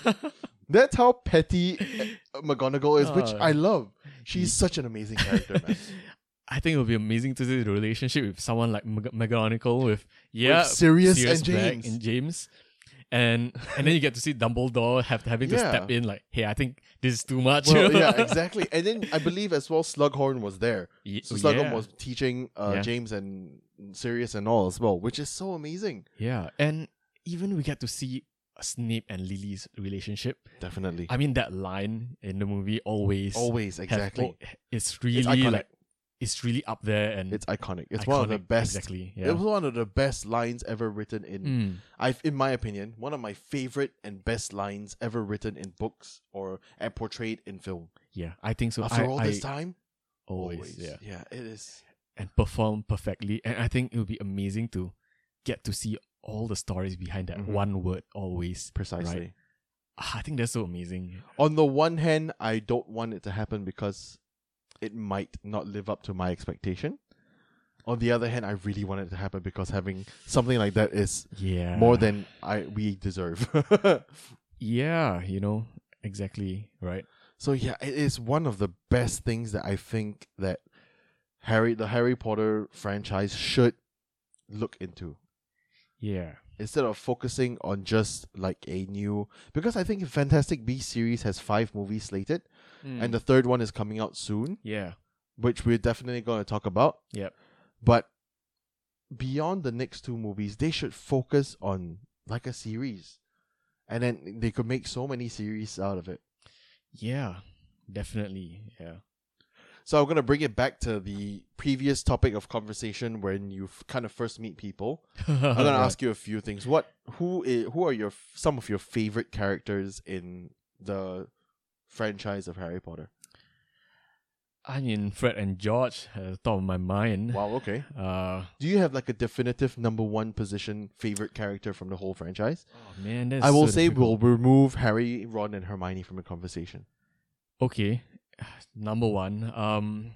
S1: That's how petty uh, McGonagall is, which
S2: Oh.
S1: I love. She's such an amazing character, man.
S2: (laughs) I think it would be amazing to see the relationship with someone like Meg- McGonagall with (laughs) yeah,
S1: Sirius
S2: Sirius
S1: and
S2: Black
S1: James.
S2: and James. And and then you get to see Dumbledore have having to
S1: Yeah.
S2: step in like, hey, I think this is too much. (laughs)
S1: Well, yeah, exactly. And then I believe as well, Slughorn was there.
S2: Ye-
S1: So Slughorn
S2: Oh, yeah.
S1: was teaching uh,
S2: Yeah.
S1: James and Sirius and all as well, which is so amazing.
S2: Yeah, and even we get to see Snape and Lily's relationship.
S1: Definitely,
S2: I mean, that line in the movie always,
S1: always
S2: have-
S1: exactly.
S2: oh, it's
S1: It's
S2: really
S1: iconic.
S2: like it's really up there and
S1: It's iconic. It's one of the
S2: iconic.
S1: best.
S2: Exactly.
S1: It
S2: Yeah.
S1: was one of the best lines ever written in.
S2: Mm,
S1: I've, in my opinion, one of my favorite and best lines ever written in books or and portrayed in film.
S2: yeah, I think so.
S1: After
S2: I-
S1: all
S2: I
S1: this time,
S2: always, yeah.
S1: yeah, it is.
S2: and perform perfectly. And I think it would be amazing to get to see all the stories behind that
S1: Mhm.
S2: one word always.
S1: Precisely.
S2: Right. Ah, I think that's so amazing.
S1: On the one hand, I don't want it to happen because it might not live up to my expectation. On the other hand, I really want it to happen because having something like that is
S2: Yeah.
S1: more than I we deserve. (laughs)
S2: Yeah, you know, exactly. Right.
S1: So yeah, it is one of the best things that I think that Harry the Harry Potter franchise should look into.
S2: Yeah.
S1: Instead of focusing on just like a new because I think Fantastic Beasts series has five movies slated
S2: Hmm.
S1: and the third one is coming out soon,
S2: yeah.
S1: which we're definitely gonna talk about.
S2: Yep.
S1: But beyond the next two movies, they should focus on like a series. And then they could make so many series out of it.
S2: Yeah. Definitely. Yeah.
S1: So I'm going to bring it back to the previous topic of conversation when you f- kind of first meet people. I'm
S2: Uh-huh,
S1: going
S2: (laughs)
S1: to ask you a few things. What who i- who are your f- some of your favorite characters in the franchise of Harry
S2: (laughs)
S1: Potter?
S2: I mean, Fred and George at the top of my mind.
S1: Wow, okay.
S2: Uh,
S1: Do you have like a definitive number 1 position favorite character from the whole franchise?
S2: oh man, that's
S1: I will
S2: so
S1: say
S2: difficult.
S1: we'll remove Harry, Ron and Hermione from the conversation.
S2: Okay. Number one. Um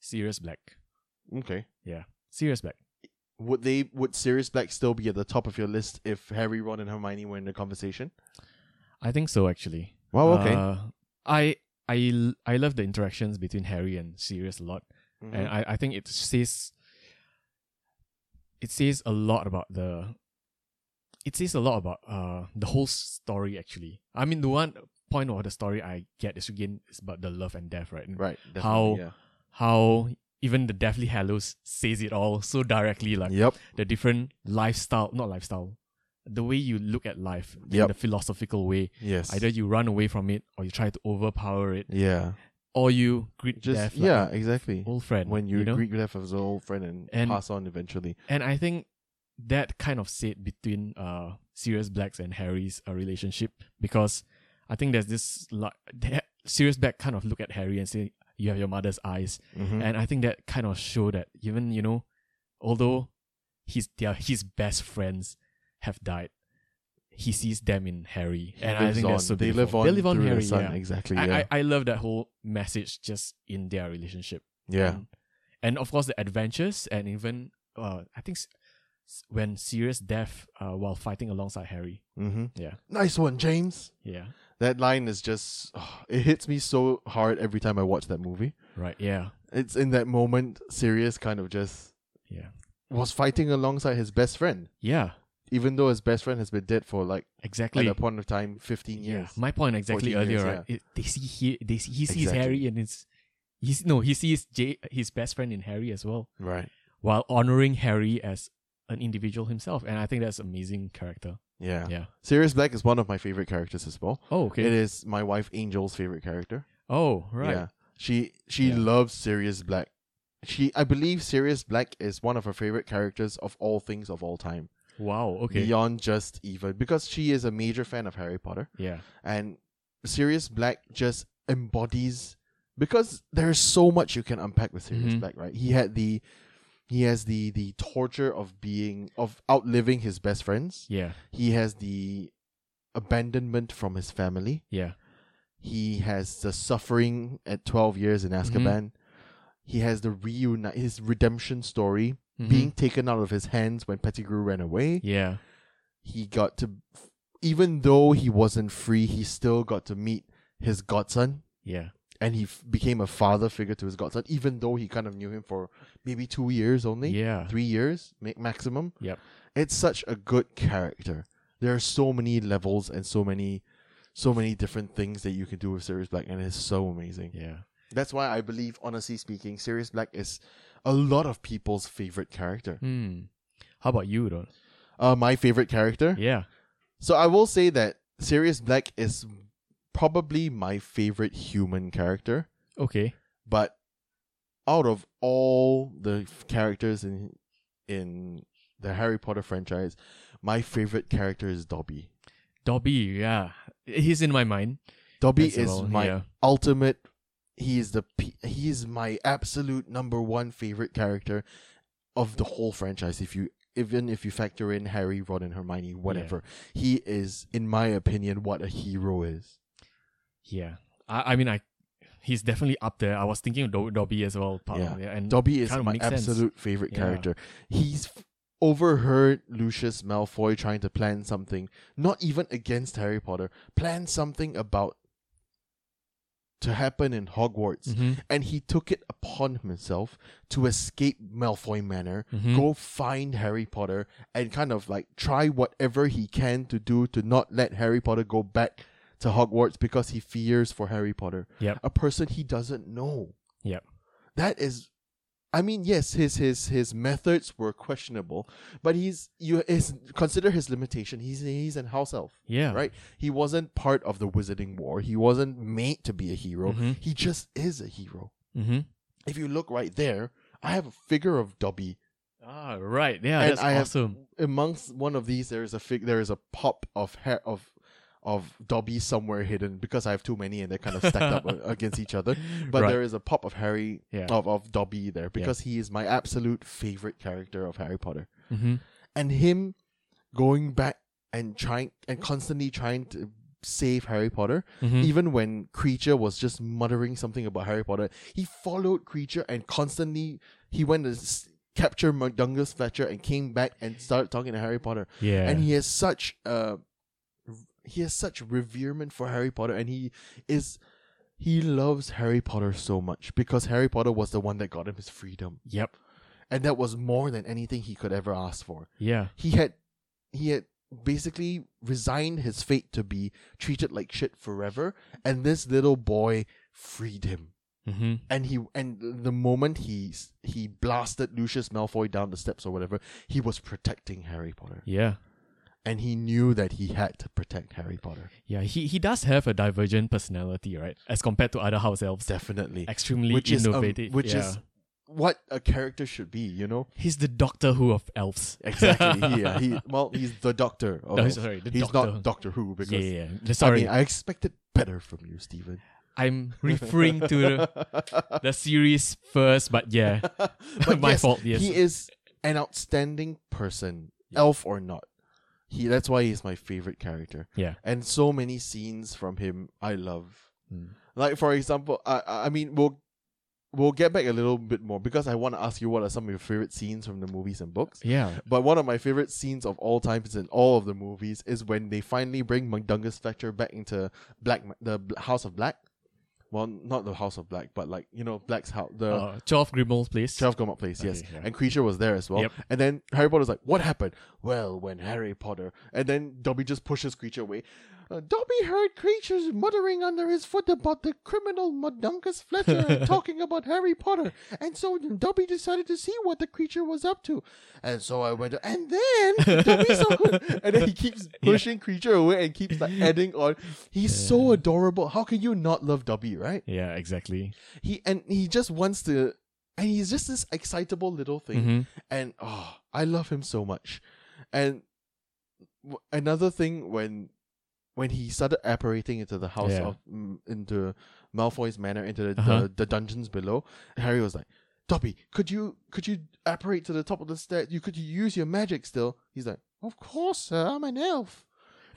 S2: Sirius Black.
S1: Okay.
S2: Sirius Black.
S1: Would they would Sirius Black still be at the top of your list if Harry, Ron and Hermione were in the conversation?
S2: I think so actually.
S1: Wow,
S2: Uh, I I l- I love the interactions between Harry and Sirius a lot,
S1: Mm-hmm.
S2: and I, I think it says it says a lot about the it says a lot about uh the whole story actually. I mean, the one point of the story I get is again is about the love and death, right? And
S1: Right. definitely,
S2: How-
S1: yeah.
S2: How even the Deathly Hallows says it all so directly, like
S1: Yep.
S2: the different lifestyle, not lifestyle, the way you look at life in
S1: Yep.
S2: the philosophical way.
S1: Yes.
S2: Either you run away from it, or you try to overpower it,
S1: Yeah.
S2: or you greet
S1: Just
S2: death. like
S1: yeah,
S2: an
S1: exactly.
S2: old friend.
S1: When you,
S2: know?
S1: greet death as an old friend and,
S2: And-
S1: pass on eventually.
S2: and I think that kind of said between uh Sirius Black's and Harry's uh, relationship because I think there's this like Sirius Black kind of look at Harry and say, "You have your mother's eyes,"
S1: Mm-hmm.
S2: and I think that kind of show that even you know, although his their his best friends have died, he sees them in Harry,
S1: He
S2: and I
S1: lives
S2: think
S1: on-
S2: that's so
S1: they
S2: beautiful.
S1: live on.
S2: They live on
S1: through
S2: Harry.
S1: the sun.
S2: yeah.
S1: Exactly.
S2: I,
S1: yeah.
S2: I, I love that whole message just in their relationship.
S1: yeah.
S2: And, and of course, the adventures, and even uh, I think s- s- when serious death uh, while fighting alongside Harry.
S1: Mm-hmm.
S2: Yeah.
S1: Nice one, James.
S2: Yeah.
S1: That line is just oh, it hits me so hard every time I watch that movie.
S2: Right. Yeah.
S1: It's in that moment Sirius kind of just
S2: Yeah.
S1: was fighting alongside his best friend,
S2: Yeah.
S1: even though his best friend has been dead for like at
S2: Exactly.
S1: that point of time 15
S2: yeah.
S1: years.
S2: My point exactly
S1: 14
S2: earlier,
S1: years,
S2: right? It- they see he they see, he sees
S1: Exactly.
S2: Harry and it's he's no he sees Jay his best friend in Harry as well
S1: Right.
S2: while honoring Harry as an individual himself, and I think that's amazing character.
S1: Yeah.
S2: Yeah.
S1: Sirius Black is one of my favorite characters as well.
S2: Oh okay.
S1: It is my wife Angel's favorite character.
S2: Oh right.
S1: Yeah. She she
S2: Yeah.
S1: loves Sirius Black. She I believe Sirius Black is one of her favorite characters of all things of all time.
S2: Wow. Okay.
S1: Beyond just Eva. Because she is a major fan of Harry Potter.
S2: yeah.
S1: And Sirius Black just embodies because there is so much you can unpack with Sirius
S2: Mhm.
S1: Black, right? He had the he has the the torture of being of outliving his best friends.
S2: Yeah.
S1: He has the abandonment from his family.
S2: Yeah.
S1: He has the suffering at 12 years in Azkaban. He has the reunite his redemption story
S2: Mhm.
S1: being taken out of his hands when Pettigrew ran away.
S2: Yeah.
S1: He got to even though he wasn't free, he still got to meet his godson
S2: Yeah.
S1: and he f- became a father figure to his godson even though he kind of knew him for maybe 2 years only,
S2: Yeah.
S1: 3 years ma- maximum.
S2: Yep.
S1: It's such a good character. There are so many levels and so many so many different things that you can do with Sirius Black and it's so amazing.
S2: Yeah.
S1: That's why I believe, honestly speaking, Sirius Black is a lot of people's favorite character.
S2: Hmm. How about you, though?
S1: Uh, my favorite character.
S2: Hmm. Yeah.
S1: So I will say that Sirius Black is probably my favorite human character,
S2: Okay.
S1: but out of all the f- characters in in the Harry Potter franchise, my favorite character is Dobby.
S2: Dobby. Yeah. He's in my mind.
S1: Dobby
S2: as
S1: is
S2: well,
S1: my
S2: yeah.
S1: ultimate. He is the p- he is my absolute number one favorite character of the whole franchise. If you even if you factor in Harry, Ron, and Hermione, whatever, he is, in my opinion, what a hero is.
S2: Yeah. I, I mean, I. He's definitely up there. I was thinking of Do- Dobby as well. Part
S1: Yeah.
S2: Of, yeah. And
S1: Dobby is
S2: Kind of
S1: my
S2: Mm, makes sense.
S1: absolute favorite
S2: Yeah.
S1: character. He's f- overheard Lucius Malfoy trying to plan something, not even against Harry Potter, plan something about to happen in Hogwarts.
S2: Mhm.
S1: and he took it upon himself to escape Malfoy Manor,
S2: Mhm.
S1: go find Harry Potter, and kind of like try whatever he can to do to not let Harry Potter go back to Hogwarts because he fears for Harry Potter,
S2: Yep.
S1: a person he doesn't know.
S2: Yep.
S1: That is. I mean, yes, his his his methods were questionable, but he's you is consider his limitation. He's he's an house elf
S2: Yeah.
S1: right? He wasn't part of the Wizarding War. He wasn't made to be a hero.
S2: Mhm.
S1: He just is a hero.
S2: Mm-hmm.
S1: If you look right there, I have a figure of Dobby.
S2: Ah, right. Yeah.
S1: And
S2: that's
S1: I have-
S2: awesome.
S1: Amongst one of these, there is a fig. There is a pop of hair of of Dobby somewhere hidden because I have too many and they're kind of stacked up
S2: (laughs)
S1: uh, against each other. (laughs) But
S2: Right.
S1: there is a pop of Harry
S2: Yeah.
S1: of of Dobby there because he is my absolute favorite character of Harry Potter.
S2: Mm-hmm.
S1: and him going back and trying and constantly trying to save Harry Potter,
S2: Mhm.
S1: even when Creature was just muttering something about Harry Potter, he followed Creature and constantly he went to s- capture McDonald's Fletcher and came back and started talking to Harry Potter.
S2: Yeah.
S1: And he has such uh he has such reverement for Harry Potter and he is he loves Harry Potter so much because Harry Potter was the one that got him his freedom.
S2: Yep.
S1: And that was more than anything he could ever ask for
S2: Yeah.
S1: he had he had basically resigned his fate to be treated like shit forever and this little boy freed him
S2: Mm-hmm.
S1: and he and the moment he s- he blasted Lucius Malfoy down the steps or whatever he was protecting Harry Potter
S2: Yeah.
S1: and he knew that he had to protect Harry Potter
S2: Yeah. He he does have a divergent personality, right? As compared to other house elves.
S1: definitely
S2: Extremely
S1: which is um,
S2: innovative.
S1: which
S2: yeah.
S1: is what a character should be you know
S2: He's the Doctor Who of elves.
S1: exactly he, yeah,
S2: (laughs)
S1: he well he's the doctor of,
S2: No, he's- sorry, the
S1: he's
S2: doctor.
S1: not Doctor Who because
S2: yeah, yeah, yeah.
S1: I
S2: Sorry,
S1: mean I expected better from you Stephen
S2: I, am referring to the,
S1: (laughs)
S2: the series first, but yeah, (laughs)
S1: But
S2: my
S1: yes,
S2: fault. Yes,
S1: He is an outstanding person,
S2: Yeah.
S1: elf or not. He that's why he's my favorite character.
S2: Yeah.
S1: And so many scenes from him I love.
S2: Mm.
S1: Like for example, I I I mean we'll we'll get back a little bit more because I want to ask you what are some of your favorite scenes from the movies and books.
S2: Yeah.
S1: But one of my favorite scenes of all times in all of the movies is when they finally bring McDungus Fletcher back into Black the Bl- House of Black. Well, not the House of Black, but like you know Black's house, the
S2: Uh, Charles Grimmel's place.
S1: Shelf Gone Up Place, yes.
S2: Okay, yeah.
S1: And Creature was there as well.
S2: Yep.
S1: And then Harry Potter's like, what happened? Well, when Harry Potter. And then Dobby just pushes Creature away. Uh, Dobby heard Creatures muttering under his foot about the criminal Mudungus Fletcher
S2: (laughs)
S1: and talking about Harry Potter. And so Dobby decided to see what the creature was up to. And so I went, and then Dobby's so
S2: (laughs)
S1: good. (laughs) And then he keeps pushing Creature away and keeps like adding on. He's so adorable. How can you not love Dobby, right?
S2: Yeah, exactly.
S1: he and he just wants to and he's just this excitable little thing
S2: Mhm.
S1: and oh i love him so much and w- another thing when when he started apparating into the house
S2: Yeah.
S1: of mm, into malfoy's manor into the,
S2: Uh-huh.
S1: the, the dungeons below harry was like dobby could you could you apparate to the top of the stairs you could you use your magic still he's like of course sir i'm an elf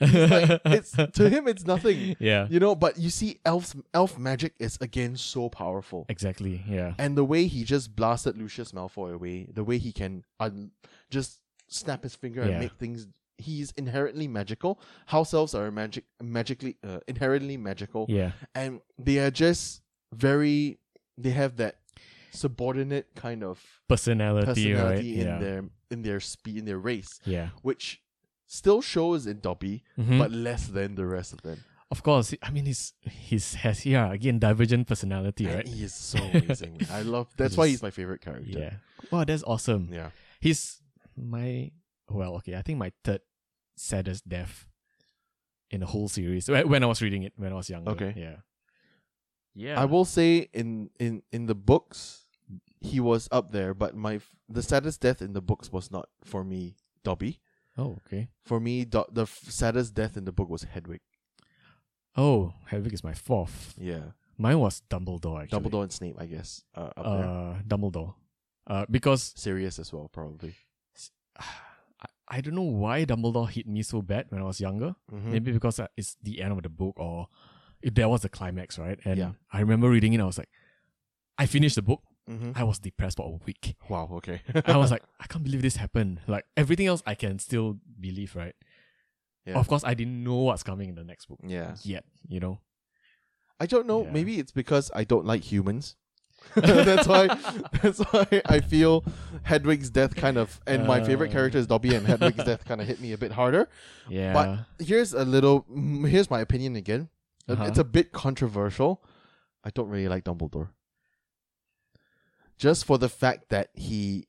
S2: (laughs)
S1: like, it's to him it's nothing
S2: Mm-hmm. yeah.
S1: you know but you see elf elf magic is again so powerful
S2: Exactly. Yeah.
S1: and the way he just blasted Lucius Malfoy away, the way he can un- just snap his finger
S2: Yeah.
S1: and make things. He's inherently magical. House elves are magic, magically, uh, inherently magical,
S2: Yeah.
S1: and they are just very. They have that subordinate kind of
S2: Personality, right?
S1: personality in
S2: yeah.
S1: their in their speed in their race,
S2: Yeah.
S1: which still shows in Dobby,
S2: Mhm.
S1: but less than the rest of them.
S2: of course, I mean, he's he's has yeah again divergent personality,
S1: And
S2: right?
S1: He is
S2: (laughs)
S1: so amazing. man. I love. That's why
S2: Yes.
S1: he's my favorite character.
S2: Yeah. Wow, that's awesome.
S1: yeah.
S2: He's my well, okay, I think my third saddest death in the whole series. Wh- When I was reading it when I was younger.
S1: Okay.
S2: Yeah. Yeah.
S1: I will say in in in the books, he was up there, but my f- the saddest death in the books was not for me Dobby.
S2: Oh, okay.
S1: For me, Do- the f- saddest death in the book was Hedwig.
S2: Oh, Hedwig is my fourth.
S1: Yeah,
S2: Mine was Dumbledore actually.
S1: Dumbledore and Snape, I guess, uh, up there.
S2: Uh Dumbledore. Uh because (sighs)
S1: Sirius as well, probably.
S2: I, I don't know why Dumbledore hit me so bad when I was younger.
S1: Mhm.
S2: Maybe because uh, it's the end of the book or if there was a climax, right? And
S1: Yeah.
S2: I remember reading it, I was like, I finished the book.
S1: Mhm.
S2: I was depressed for a week.
S1: Wow. Okay.
S2: (laughs) I was like, I can't believe this happened. Like everything else, I can still believe, right?
S1: Yeah.
S2: Of course, I didn't know what's coming in the next book
S1: (laughs) yeah.
S2: yet. You know,
S1: I don't know.
S2: Yeah.
S1: Maybe it's because I don't like
S2: (laughs)
S1: humans. (laughs) that's why. That's why I feel Hedwig's death kind of, and my favorite
S2: Uh.
S1: character is Dobby, and Hedwig's death kind of hit me a bit harder.
S2: yeah,
S1: But here's a little. mm, Here's my opinion again. Uh,
S2: Uh-huh.
S1: It's a bit controversial. I don't really like Dumbledore. Just for the fact that he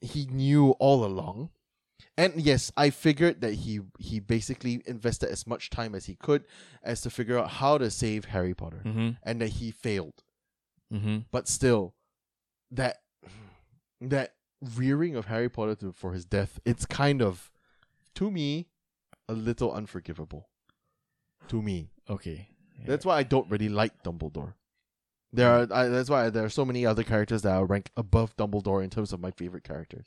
S1: he knew all along, and yes, I figured that he he basically invested as much time as he could as to figure out how to save Harry Potter,
S2: mm-hmm,
S1: and that he failed.
S2: mm-hmm.
S1: But still, that that rearing of Harry Potter to, for his death, it's kind of to me a little unforgivable. To me,
S2: okay, yeah.
S1: that's why I don't really like Dumbledore. There are I, that's why there are so many other characters that are ranked above Dumbledore in terms of my favorite characters,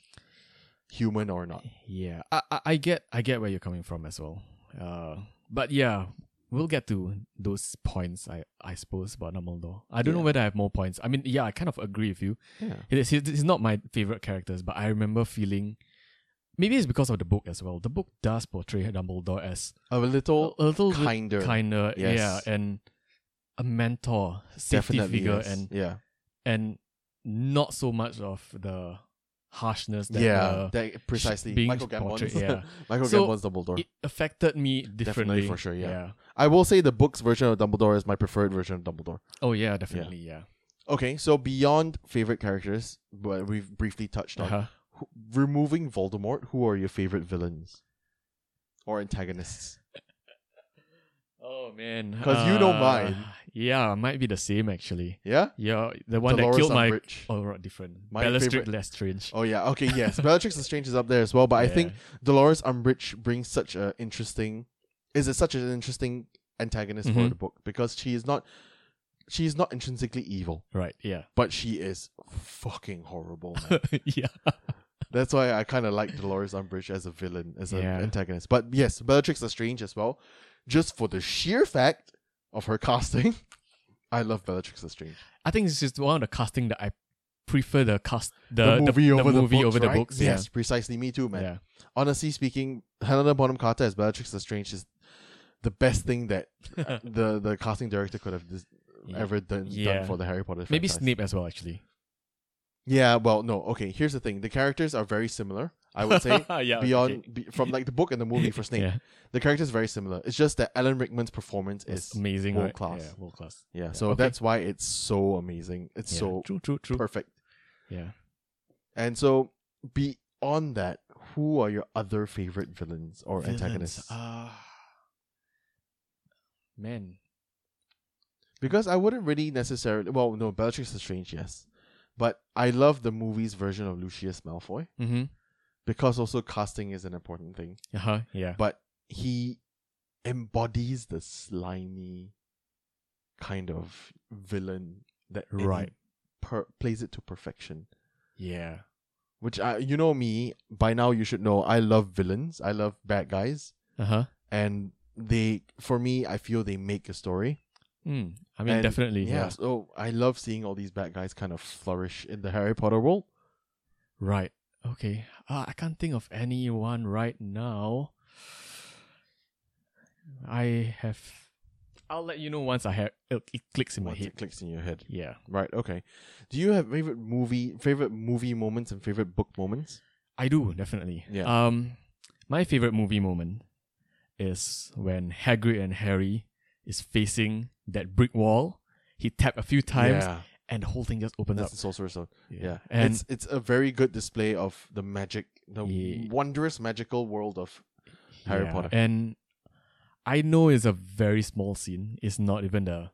S1: human or not.
S2: yeah. I, I I get I get where you're coming from as well. Uh, but yeah, we'll get to those points. I I suppose about Dumbledore. I don't know
S1: Yeah.
S2: whether I have more points. I mean, yeah, I kind of agree with you.
S1: Yeah,
S2: It is, it is not my favorite characters, but I remember feeling. Maybe it's because of the book as well. The book does portray Dumbledore as
S1: a little
S2: a little bit
S1: kinder,
S2: kinder,
S1: Yes.
S2: yeah, and a mentor, safety
S1: definitely.
S2: figure,
S1: yes.
S2: and
S1: yeah,
S2: and not so much of the harshness that
S1: yeah,
S2: uh,
S1: that, precisely.
S2: being
S1: Michael Gambon's,
S2: portrayed, yeah.
S1: (laughs) Michael
S2: So,
S1: Gambon's Dumbledore.
S2: it affected me differently
S1: for sure, yeah. I will say the book's version of Dumbledore is my preferred version of Dumbledore.
S2: Oh yeah, definitely. Yeah.
S1: Okay, so beyond favorite characters, but we've briefly touched on
S2: Uh-huh.
S1: who- removing Voldemort. Who are your favorite villains or antagonists?
S2: Oh man.
S1: 'Cause you know mine.
S2: Uh, Yeah, might be the same actually.
S1: Yeah,
S2: Yeah, the one that
S1: Dolores
S2: killed my.
S1: Umbridge.
S2: Oh, right, different.
S1: My
S2: Bellatrix
S1: favorite-
S2: Lestrange.
S1: Oh yeah, okay, yes. Bellatrix Lestrange is up there as well, but I
S2: Yeah.
S1: think Dolores Umbridge brings such a interesting is it such an interesting antagonist for
S2: Mhm.
S1: the book because she is not she is not intrinsically evil,
S2: Right. Yeah.
S1: (laughs) but she is fucking horrible. man.
S2: (laughs) yeah.
S1: That's why I kind of like Dolores Umbridge as a villain, as an
S2: Yeah.
S1: antagonist. But yes, Bellatrix Lestrange as well. Just for the sheer fact of her (laughs) casting, I love Bellatrix Lestrange.
S2: I think it's just one of the casting that I prefer the cast
S1: The,
S2: the,
S1: movie over the
S2: movie
S1: books,
S2: over the
S1: right?
S2: books.
S1: Yes, precisely. Me too,
S2: yeah.
S1: man.
S2: yeah.
S1: Honestly speaking, Helena Bonham Carter as Bellatrix Lestrange is the best thing that
S2: (laughs)
S1: the the casting director could have dis- ever done,
S2: Yeah.
S1: done for the Harry Potter.
S2: Maybe
S1: franchise.
S2: Snape as well, actually.
S1: Yeah, well, no. Okay, here's the thing: the characters are very similar. I would
S2: (laughs)
S1: say
S2: (laughs) yeah,
S1: beyond
S2: Oh, okay.
S1: be, from like the book and the movie for Snape,
S2: Yeah.
S1: the characters very similar. It's just that Alan Rickman's performance
S2: It's
S1: is
S2: amazing.
S1: world
S2: right?
S1: class.
S2: Yeah, world class.
S1: yeah, so
S2: okay.
S1: that's why it's so amazing. It's
S2: Yeah.
S1: so
S2: true, true, true.
S1: perfect.
S2: Yeah.
S1: And so beyond that, who are your other favorite villains or
S2: Villains,
S1: antagonists?
S2: ah. man.
S1: Because I wouldn't really necessarily. Well, no, Bellatrix Lestrange, yes, but I love the movie's version of Lucius Malfoy
S2: Mm-hmm.
S1: because also casting is an important thing.
S2: Uh-huh. Yeah.
S1: but he embodies the slimy kind of villain that and he
S2: Right.
S1: per- plays it to perfection
S2: Yeah.
S1: which I, you know me by now you should know i love villains i love bad guys
S2: Uh-huh.
S1: and they for me i feel they make a story
S2: Mm. I mean,
S1: And,
S2: definitely. Yeah.
S1: so i love seeing all these bad guys kind of flourish in the harry potter world
S2: Right. Okay. Uh, I can't think of anyone right now. I have. I'll let you know once I have it, it clicks in my
S1: once
S2: head.
S1: it clicks in your head
S2: Yeah.
S1: right okay do you have favorite movie favorite movie moments and favorite book moments
S2: I do definitely.
S1: Yeah.
S2: Um, my favorite movie moment is when Hagrid and Harry is facing that brick wall. He tap a few times,
S1: yeah
S2: and the whole thing just opens
S1: that's the
S2: up.
S1: sorcerer's stone Yeah,
S2: and
S1: it's it's a very good display of the magic, the
S2: Ye-
S1: wondrous magical world of Harry Potter.
S2: And I know it's a very small scene. It's not even the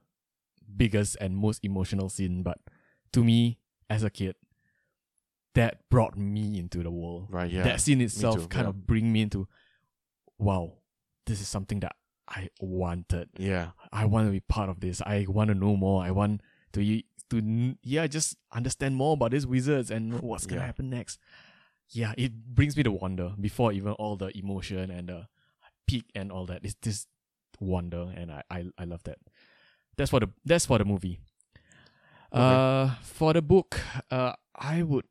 S2: biggest and most emotional scene, but to me, as a kid, that brought me into the world.
S1: right. Yeah,
S2: that scene itself
S1: too,
S2: kind
S1: yeah.
S2: of bring me into, wow, this is something that I wanted.
S1: yeah,
S2: I want to be part of this. I want to know more. I want to y- to n- yeah, just understand more about these wizards and what's gonna
S1: Yeah.
S2: happen next. Yeah, it brings me to wonder before even all the emotion and the peak and all that. It's this wonder, and I I, I love that. That's for the that's for the movie. Uh, for the book, uh, I would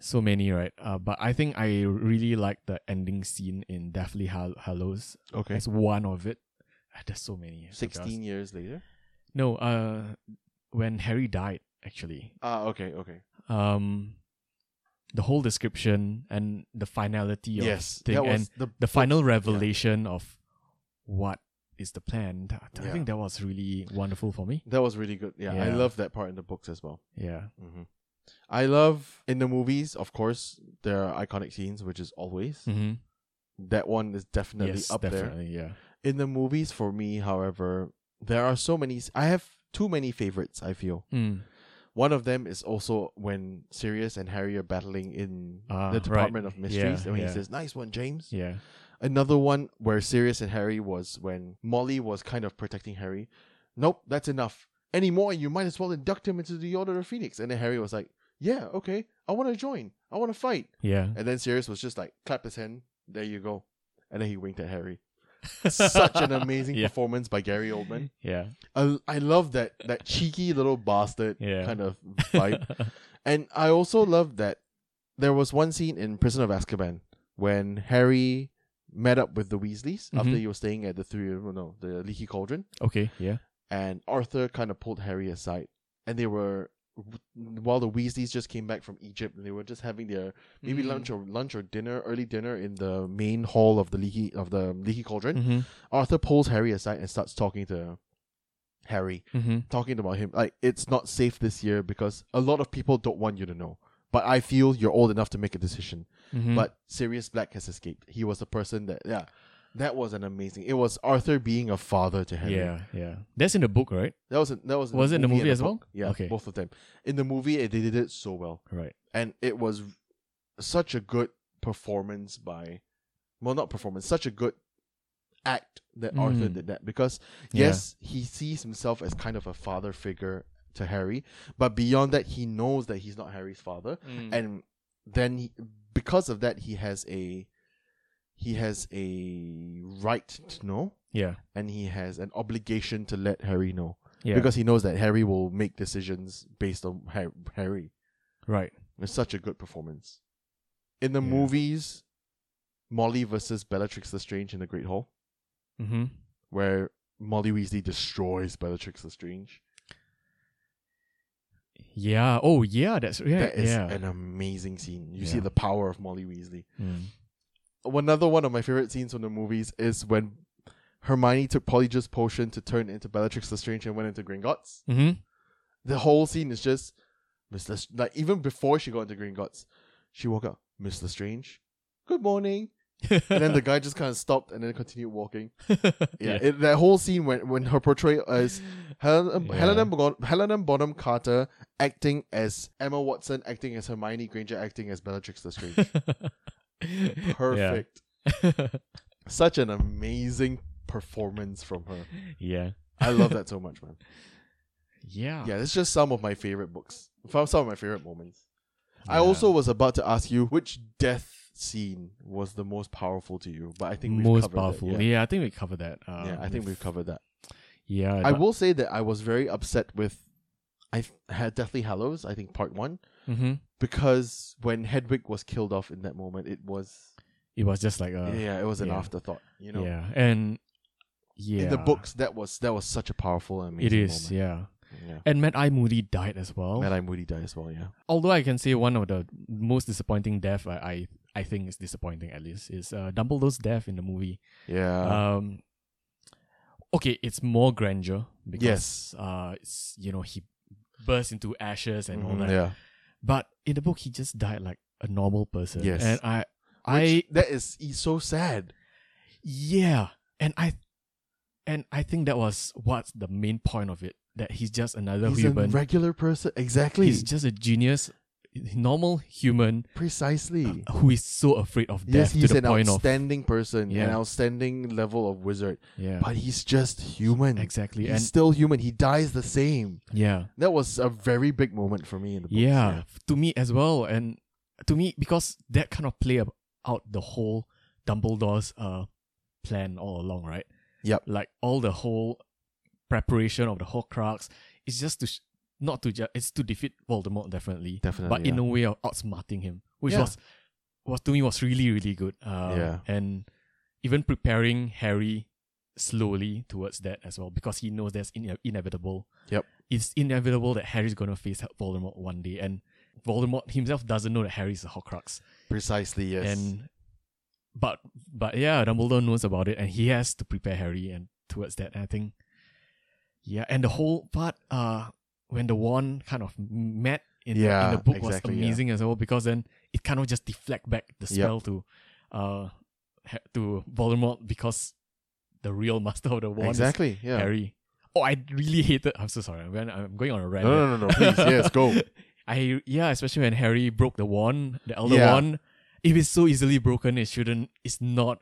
S2: so many right. Uh, but I think I really like the ending scene in Deathly Hall- Hallows.
S1: okay.
S2: That's one of it. Ah, There's so many. I forgot.
S1: Sixteen years later.
S2: No, uh, when Harry died, actually,
S1: Ah, okay, okay.
S2: um, the whole description and the finality of
S1: Yes,
S2: thing
S1: that
S2: and
S1: was the
S2: the final
S1: book-
S2: revelation of what is the plan. th- I
S1: Yeah.
S2: think that was really wonderful for me.
S1: That was really good. Yeah, I
S2: Yeah.
S1: love that part in the books as well.
S2: Yeah.
S1: hmm I love in the movies, of course, there are iconic scenes, which is always
S2: Mm-hmm.
S1: that one is definitely
S2: Yes,
S1: up there.
S2: definitely. Yeah.
S1: In the movies, for me, however, there are so many. s- I have too many favorites. I feel.
S2: Mm.
S1: One of them is also when Sirius and Harry are battling in
S2: Ah,
S1: the
S2: right.
S1: Department of Mysteries.
S2: Yeah,
S1: and when
S2: yeah.
S1: he says, "Nice one, James."
S2: Yeah.
S1: Another one where Sirius and Harry was when Molly was kind of protecting Harry. Nope, that's enough. Any more, you might as well induct him into the Order of Phoenix. And then Harry was like, "Yeah, okay, I want to join. I want to fight."
S2: Yeah.
S1: And then Sirius was just like, "Clap his hand. There you go." And then he winked at Harry. Such
S2: (laughs)
S1: an amazing
S2: Yeah.
S1: performance by Gary Oldman.
S2: Yeah.
S1: I, I love that that cheeky little bastard
S2: Yeah.
S1: kind
S2: (laughs)
S1: of vibe. And I also love that there was one scene in Prison of Azkaban when Harry met up with the Weasleys after
S2: Mhm.
S1: he was staying at the three oh, no the Leaky Cauldron,
S2: okay. Yeah.
S1: and Arthur kind of pulled Harry aside, and they were while the Weasleys just came back from Egypt, and they were just having their maybe
S2: Mm-hmm.
S1: lunch or lunch or dinner, early dinner in the main hall of the Leaky of the Leaky Cauldron.
S2: Mm-hmm.
S1: Arthur pulls Harry aside and starts talking to Harry,
S2: Mm-hmm.
S1: talking about him like it's not safe this year because a lot of people don't want you to know but i feel you're old enough to make a decision
S2: Mm-hmm.
S1: but sirius black has escaped he was the person that yeah that was an amazing it was arthur being a father to harry
S2: yeah. Yeah. That's in the book, right?
S1: that was a, that was
S2: Was it in the movie
S1: and
S2: as well?
S1: book. yeah
S2: Okay.
S1: both of them in the movie eh, they did it so well
S2: Right.
S1: and it was such a good performance by well not performance such a good act that arthur
S2: Mm.
S1: did that because
S2: Yeah.
S1: yes he sees himself as kind of a father figure to Harry. But beyond that, he knows that he's not Harry's father
S2: Mm.
S1: and then he, because of that he has a he has a right to know
S2: yeah,
S1: and he has an obligation to let harry know
S2: yeah,
S1: because he knows that harry will make decisions based on Har- harry
S2: right.
S1: it's such a good performance in the
S2: Yeah.
S1: movies molly versus bellatrix lestrange in the great hall
S2: Mm-hmm.
S1: where molly weasley destroys bellatrix lestrange
S2: Yeah. Oh, yeah. That's yeah.
S1: that is
S2: yeah.
S1: an amazing scene you see
S2: Yeah.
S1: the power of molly weasley
S2: Mm. (laughs)
S1: another one of my favorite scenes from the movies is when Hermione took Polyjuice potion to turn into Bellatrix Lestrange and went into Gringotts.
S2: hmm
S1: The whole scene is just Miss Lest- like even before she got into Gringotts, she woke up Miss Lestrange, good morning, and then the guy just kind of stopped and then continued
S2: (laughs)
S1: walking. Yeah, It, that whole scene when when her portrayal
S2: (laughs)
S1: as Helen,
S2: Yeah.
S1: Helena, Bon- Helena Bonham Carter acting as Emma Watson, acting as Hermione Granger, acting as Bellatrix Lestrange,
S2: (laughs) Yeah.
S1: perfect. such an amazing performance from her.
S2: (laughs) yeah.
S1: I love that so
S2: (laughs)
S1: much, man.
S2: Yeah.
S1: Yeah, it's just some of my favorite books. From some of my favorite moments. I
S2: Yeah.
S1: also was about to ask you which death scene was the most powerful to you, but I think we've
S2: most
S1: covered that,
S2: powerful.
S1: Yeah.
S2: Yeah. I think we covered that. Um,
S1: Yeah, I think we've covered that.
S2: Yeah,
S1: I will say that I was very upset with I th- had Deathly Hallows, I think part 1,
S2: hmm
S1: because when Hedwig was killed off in that moment, it was
S2: It was just like a
S1: yeah, it was an
S2: Uh, yeah.
S1: afterthought, you know.
S2: yeah, and yeah,
S1: In the books that was that was such a powerful and
S2: it
S1: amazing
S2: is
S1: moment.
S2: yeah.
S1: yeah.
S2: And Matt I Moody died as well.
S1: Mad Eye Moody died as well, yeah.
S2: Although I can say one of the most disappointing death I I, I think is disappointing at least is uh, Dumbledore's death in the movie.
S1: Yeah.
S2: um, okay, it's more grandeur because
S1: Yes.
S2: uh, it's, you know he burst into ashes and all
S1: Mhm,
S2: that.
S1: yeah.
S2: But in the book, he just died like a normal person.
S1: Yes.
S2: and I I
S1: Which- that is he's so sad.
S2: Yeah, and I, and I think that was what's the main point of it. That he's just another
S1: he's a
S2: human.
S1: regular person. Exactly.
S2: he's just a genius, normal human
S1: Precisely.
S2: who is so afraid of
S1: Yes,
S2: death
S1: he's
S2: to the
S1: an
S2: point of
S1: outstanding person, an
S2: Yeah.
S1: outstanding level of wizard.
S2: yeah,
S1: But he's just human.
S2: exactly,
S1: He's
S2: and
S1: still human. He dies the same.
S2: yeah,
S1: That was a very big moment for me in the books.
S2: yeah, to me as well, and to me because that kind of play ab- out the whole Dumbledore's uh plan all along, right?
S1: Yep.
S2: like all the whole preparation of the Horcrux is just to sh- not to ju- it's to defeat Voldemort definitely,
S1: Definitely.
S2: but in
S1: yeah.
S2: a way of outsmarting him, which
S1: Yeah.
S2: was was to me was really really good. Uh,
S1: Yeah.
S2: and even preparing Harry slowly towards that as well because he knows that's ine- inevitable.
S1: Yep.
S2: it's inevitable that Harry's gonna face Voldemort one day, and Voldemort himself doesn't know that Harry's a Horcrux,
S1: Precisely, yes.
S2: and but but yeah, Dumbledore knows about it, and he has to prepare Harry and towards that. And I think yeah, and the whole part uh when the wand kind of met in, the-
S1: Yeah,
S2: in the book
S1: exactly,
S2: was
S1: yeah.
S2: amazing as well because then it kind of just deflect back the
S1: Yep.
S2: spell to uh ha- to Voldemort because the real master of the wand
S1: exactly.
S2: is
S1: Yeah.
S2: Harry. Oh, I really hated. I'm so sorry. I'm going, I'm going on a
S1: No,
S2: rant.
S1: no, no, no,
S2: (laughs)
S1: Please, yes, go.
S2: I yeah, especially when Harry broke the wand, the elder
S1: Yeah.
S2: wand. If it's so easily broken, it shouldn't. It's not.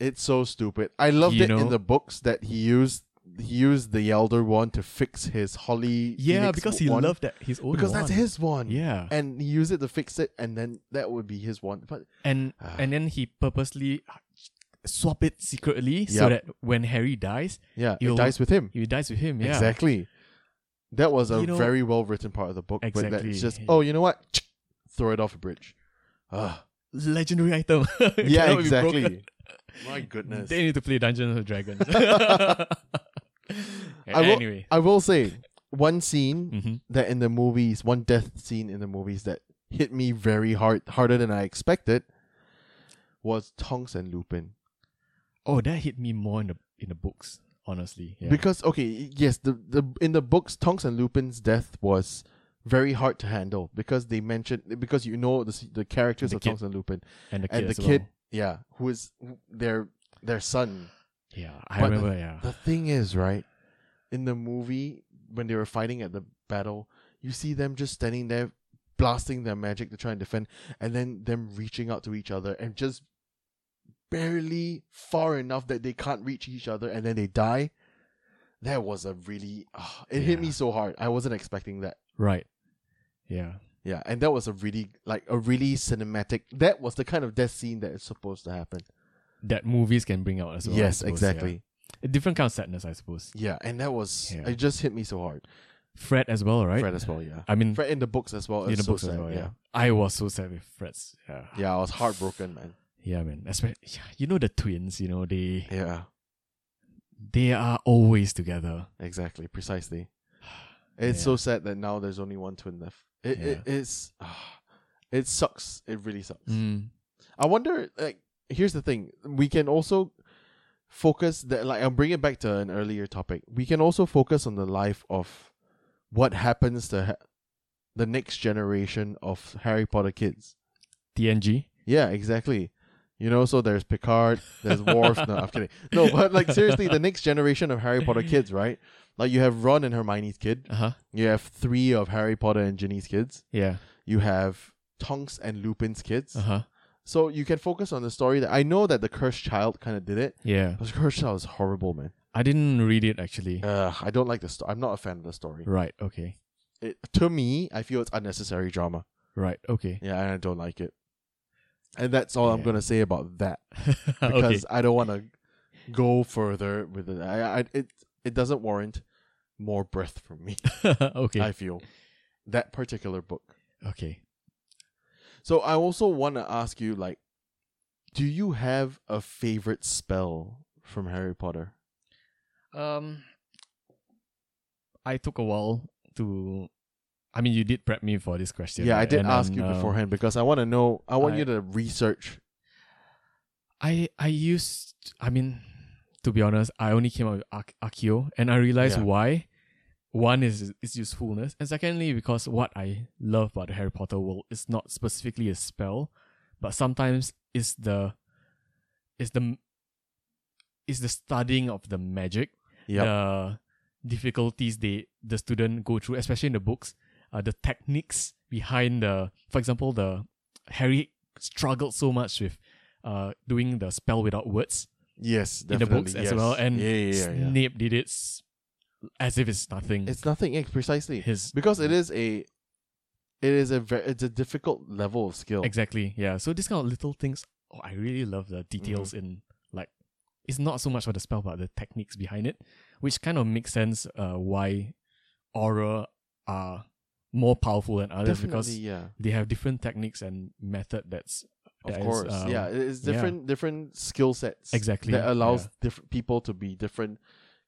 S1: It's so stupid. I loved
S2: You
S1: it in
S2: know?
S1: the books that he used he used the elder one to fix his Holly.
S2: Yeah,
S1: Phoenix
S2: because he
S1: wand,
S2: loved that his own.
S1: because that's
S2: wand.
S1: his one.
S2: Yeah,
S1: and he used it to fix it, and then that would be his one. But
S2: and
S1: Ah.
S2: and then he purposely swap it secretly so
S1: Yup.
S2: that when Harry dies,
S1: yeah, it
S2: You'll-
S1: dies with him.
S2: he dies with him. Yeah,
S1: Exactly. That was a
S2: You know-
S1: very well written part of the book. But that's
S2: Exactly.
S1: just oh, you know what? Throw it off a bridge.
S2: (laughs)
S1: Ugh.
S2: Legendary item. (laughs)
S1: yeah,
S2: Cannot be broken.
S1: exactly. (laughs) My goodness.
S2: They need to play Dungeons and
S1: (laughs)
S2: Dragons.
S1: I will-
S2: anyway.
S1: I will say one scene
S2: Mhm.
S1: that in the movies, one death scene in the movies that hit me very hard, harder than I expected, was Tonks and Lupin.
S2: Oh, that hit me more in the in the books, honestly. Yeah.
S1: Because okay, yes, the, the in the books, Tonks and Lupin's death was very hard to handle because they mentioned because you know the s- the characters
S2: The
S1: of
S2: kid.
S1: Tonks and Lupin
S2: and the kid.
S1: and the
S2: as well.
S1: kid, yeah, who is their their son.
S2: Yeah, I
S1: But the-
S2: remember. yeah.
S1: The thing is, right, in the movie when they were fighting at the battle, you see them just standing there blasting their magic to try and defend, and then them reaching out to each other and just barely far enough that they can't reach each other, and then they die. that was a really ah, it hit me
S2: Yeah.
S1: so hard. I wasn't expecting that.
S2: Right. Yeah.
S1: Yeah, and that was a really like a really cinematic. That was the kind of death scene that is supposed to happen.
S2: That movies can bring out as well. I
S1: yes,
S2: suppose, yeah.
S1: exactly.
S2: A different kind of sadness, I suppose.
S1: Yeah. and that was
S2: Yeah.
S1: it. Just hit me so hard.
S2: Fred as well, right?
S1: Fred as well. Yeah,
S2: I mean,
S1: Fred in the books as well.
S2: in
S1: it's
S2: the
S1: so
S2: books as
S1: sad,
S2: well. Yeah.
S1: yeah,
S2: I was so sad with Fred's. Yeah.
S1: Yeah, I was heartbroken, man.
S2: Yeah, man. Especially, yeah, you know the twins. You know they
S1: Yeah,
S2: they are always together.
S1: exactly, precisely. It's so sad that now there's only one twin left. It it, it's ah, (sighs) it sucks. It really sucks.
S2: Mm.
S1: I wonder. Like, here's the thing: we can also focus that. Like, I'll bring it back to an earlier topic. We can also focus on the life of what happens to ha- the next generation of Harry Potter kids.
S2: TNG.
S1: Yeah, exactly. You know, so there's Picard, there's Worf. no, I'm kidding. No, but like seriously, the next generation of Harry Potter kids, right? Like you have Ron and Hermione's kid.
S2: Uh huh.
S1: You have three of Harry Potter and Ginny's kids.
S2: Yeah.
S1: You have Tonks and Lupin's kids.
S2: Uh huh.
S1: So you can focus on the story that I know that the cursed child kind of did it.
S2: Yeah.
S1: But the cursed child is horrible, man.
S2: I didn't read it actually.
S1: Ugh, I don't like the story. I'm not a fan of the story.
S2: Right. Okay.
S1: It, to me, I feel it's unnecessary drama.
S2: Right. Okay. (laughs)
S1: Yeah, and I don't like it. And that's all I'm
S2: Yeah.
S1: gonna say about that
S2: okay.
S1: because I don't want to go further with it. I, I it it doesn't warrant more breath from me. (laughs)
S2: okay. (laughs)
S1: I feel that particular book.
S2: okay.
S1: So I also want to ask you, like, do you have a favorite spell from Harry Potter?
S2: Um, I took a while to. I mean, you did prep me for this question.
S1: Yeah, I
S2: right?
S1: did
S2: And
S1: ask
S2: then,
S1: you
S2: um,
S1: beforehand because I want to know. I want
S2: I-
S1: you to research.
S2: I I used. I mean, to be honest, I only came up with Ak- Akio, and I realized
S1: Yeah.
S2: why. One is its usefulness, and secondly, because what I love about the Harry Potter world is not specifically a spell, but sometimes it's the, it's the, it's the studying of the magic
S1: Yeah,
S2: the difficulties they the student go through, especially in the books, uh, the techniques behind the, for example, the Harry struggled so much with uh, doing the spell without words
S1: Yes,
S2: in the
S1: definitely.
S2: books
S1: yes.
S2: as well, and
S1: yeah, yeah, yeah, yeah.
S2: Snape did it s- as if it's nothing.
S1: It's nothing. Yeah, precisely
S2: his
S1: because it is a, it is a very it's a difficult level of skill.
S2: exactly yeah. So these kind of little things, oh, I really love the details
S1: Mm-hmm.
S2: in like it's not so much for the spell but the techniques behind it, which kind of makes sense uh, why aura are more powerful than others
S1: Definitely,
S2: because
S1: yeah.
S2: they have different techniques and method that's
S1: Of
S2: that is,
S1: course,
S2: um,
S1: yeah. It's
S2: yeah.
S1: different, different skill sets
S2: Exactly,
S1: that allows
S2: yeah.
S1: different people to be different.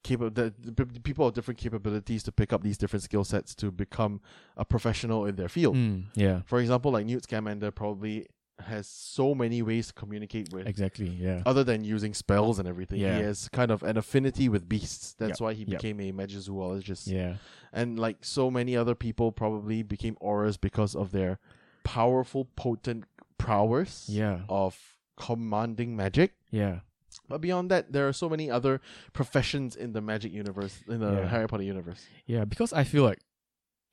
S1: Capable, the, the people of different capabilities to pick up these different skill sets to become a professional in their field.
S2: Mm, yeah
S1: For example, like Newt Scamander probably has so many ways to communicate with
S2: exactly yeah
S1: other than using spells and everything,
S2: Yeah.
S1: he has kind of an affinity with beasts. That's
S2: Yep,
S1: why he
S2: yep.
S1: became a magic zoologist.
S2: yeah
S1: And like so many other people probably became auras because of their powerful, potent prowess
S2: yeah
S1: of commanding magic.
S2: yeah
S1: But beyond that, there are so many other professions in the magic universe, in the
S2: Yeah.
S1: Harry Potter universe.
S2: yeah because I feel like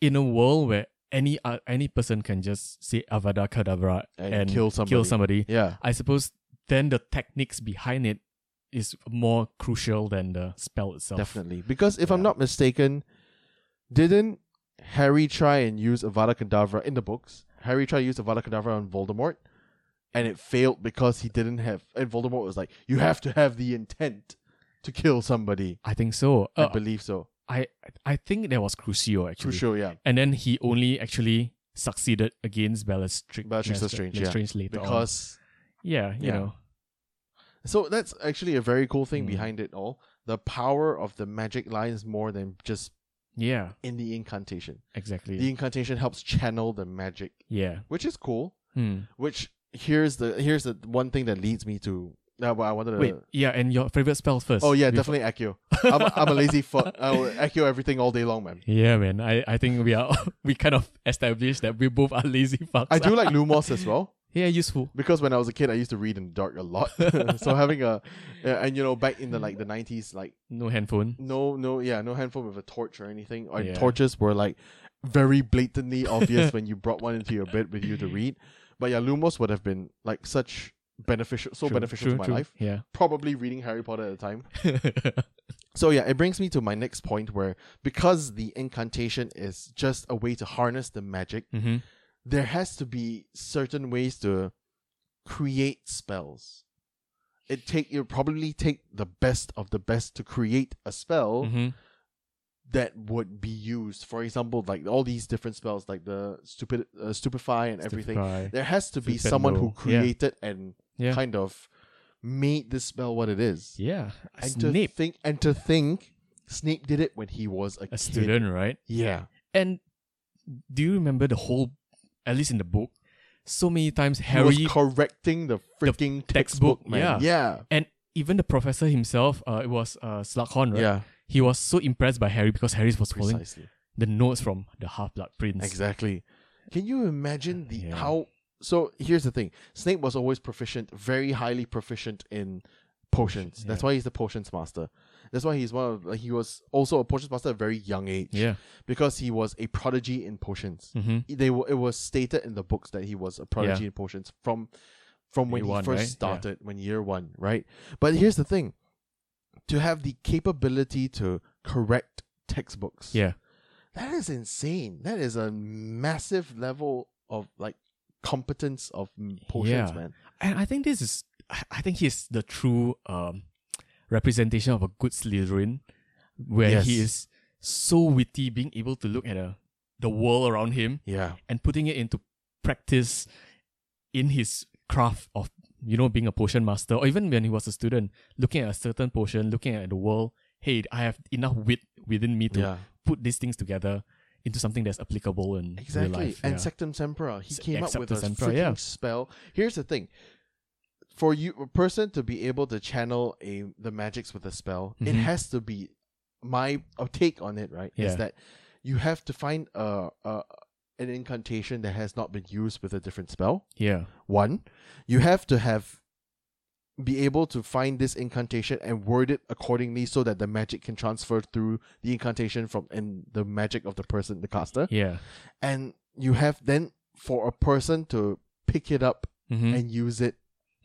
S2: in a world where any uh, any person can just say Avada Kedavra
S1: And
S2: and,
S1: kill somebody. Yeah.
S2: I suppose then the techniques behind it is more crucial than the spell itself.
S1: Definitely. Because if I'm
S2: Yeah.
S1: not mistaken, didn't Harry try and use Avada Kedavra in the books? Harry tried to use Avada Kedavra on Voldemort, and it failed because he didn't have. And Voldemort was like, "You have to have the intent to kill somebody."
S2: I think so.
S1: I
S2: Uh,
S1: believe so.
S2: I I think that was Crucio actually.
S1: Crucial, yeah,
S2: And then he only actually succeeded against Bellatrix,
S1: Bellatrix Lestrange, yeah.
S2: later on.
S1: because
S2: Yeah, you
S1: Yeah.
S2: know.
S1: so that's actually a very cool thing
S2: Mm.
S1: behind it all. The power of the magic lies more than just
S2: Yeah,
S1: in the incantation.
S2: exactly.
S1: The incantation helps channel the magic,
S2: yeah.
S1: which is cool.
S2: Hmm.
S1: Which here's the here's the one thing that leads me to. Uh, well, I wanted to.
S2: Wait, yeah, and your favorite spell first.
S1: oh yeah,
S2: before-
S1: definitely Accio. I'm, a-
S2: (laughs)
S1: I'm a lazy fuck. I will Accio everything all day long, man.
S2: Yeah, man. I, I think we are (laughs) we kind of established that we both are lazy fucks.
S1: I do like Lumos as well
S2: yeah, useful.
S1: because when I was a kid, I used to read in the dark a lot. (laughs) so having a uh, and you know back in the like the nineties, like
S2: No handphone.
S1: no no yeah no handphone with a torch or anything. Or
S2: Yeah.
S1: torches were like very
S2: (laughs)
S1: blatantly obvious when you brought one into your bed with you to read. But yeah, Lumos would have been like such beneficial, so
S2: True,
S1: beneficial
S2: true,
S1: to my
S2: true.
S1: life.
S2: Yeah. (laughs)
S1: Probably reading Harry Potter at the time. So yeah, it brings me to my next point where because the incantation is just a way to harness the magic,
S2: hmm
S1: there has to be certain ways to create spells. It take you probably take the best of the best to create a spell
S2: hmm
S1: that would be used. For example, like all these different spells, like the stupid uh, stupefy and everything. There has to be
S2: Stupendo.
S1: someone who
S2: Yeah.
S1: created and
S2: Yeah.
S1: kind of made this spell what it is.
S2: Yeah.
S1: And
S2: Snape,
S1: to think, and to think, Snape did it when he was a,
S2: a
S1: kid.
S2: student, right?
S1: Yeah,
S2: And do you remember the whole, at least in the book, so many times
S1: Harry
S2: Harry,
S1: correcting the freaking textbook,
S2: textbook,
S1: man. Yeah,
S2: and even the professor himself, uh, it was uh, Slughorn,
S1: yeah,
S2: right? He was so impressed by Harry because Harry was following
S1: precisely,
S2: the notes from the Half Blood Prince.
S1: exactly. Can you imagine the
S2: Yeah.
S1: how? So here's the thing: Snape was always proficient, very highly proficient in potions. That's why he's the potions master. That's why he's one of like, he was also a potions master at a very young age.
S2: Yeah.
S1: because he was a prodigy in potions.
S2: Mm-hmm.
S1: they were it was stated in the books that he was a prodigy in potions from from when
S2: Year
S1: he
S2: one,
S1: first
S2: right? Yeah.
S1: started when year one right but here's the thing to have the capability to correct textbooks
S2: Yeah.
S1: that is insane that is a massive level of like competence of m- potions
S2: Yeah.
S1: man
S2: And I think this is, I- I think he's the true um, representation of a good Slytherin, where he
S1: Yes.
S2: is so witty, being able to look at uh, the world around him
S1: yeah
S2: and putting it into practice in his craft of, you know, being a potion master, or even when he was a student, looking at a certain potion, looking at the world. Hey, I have enough wit within me to
S1: Yeah.
S2: put these things together into something that's applicable in real
S1: Exactly.
S2: life.
S1: And
S2: yeah.
S1: Sectum Sempra, he
S2: Se-
S1: came
S2: yeah,
S1: up with a
S2: Sectum Sempra,
S1: freaking
S2: yeah.
S1: spell. Here's the thing. For you a person to be able to channel a the magics with a spell, it
S2: Mhm.
S1: has to be my uh, take on it, right? Is
S2: Yeah.
S1: that you have to find a, a an incantation that has not been used with a different spell.
S2: yeah.
S1: One, you have to have be able to find this incantation and word it accordingly so that the magic can transfer through the incantation from and the magic of the person, the caster
S2: Yeah.
S1: and you have then for a person to pick it up
S2: Mm-hmm.
S1: and use it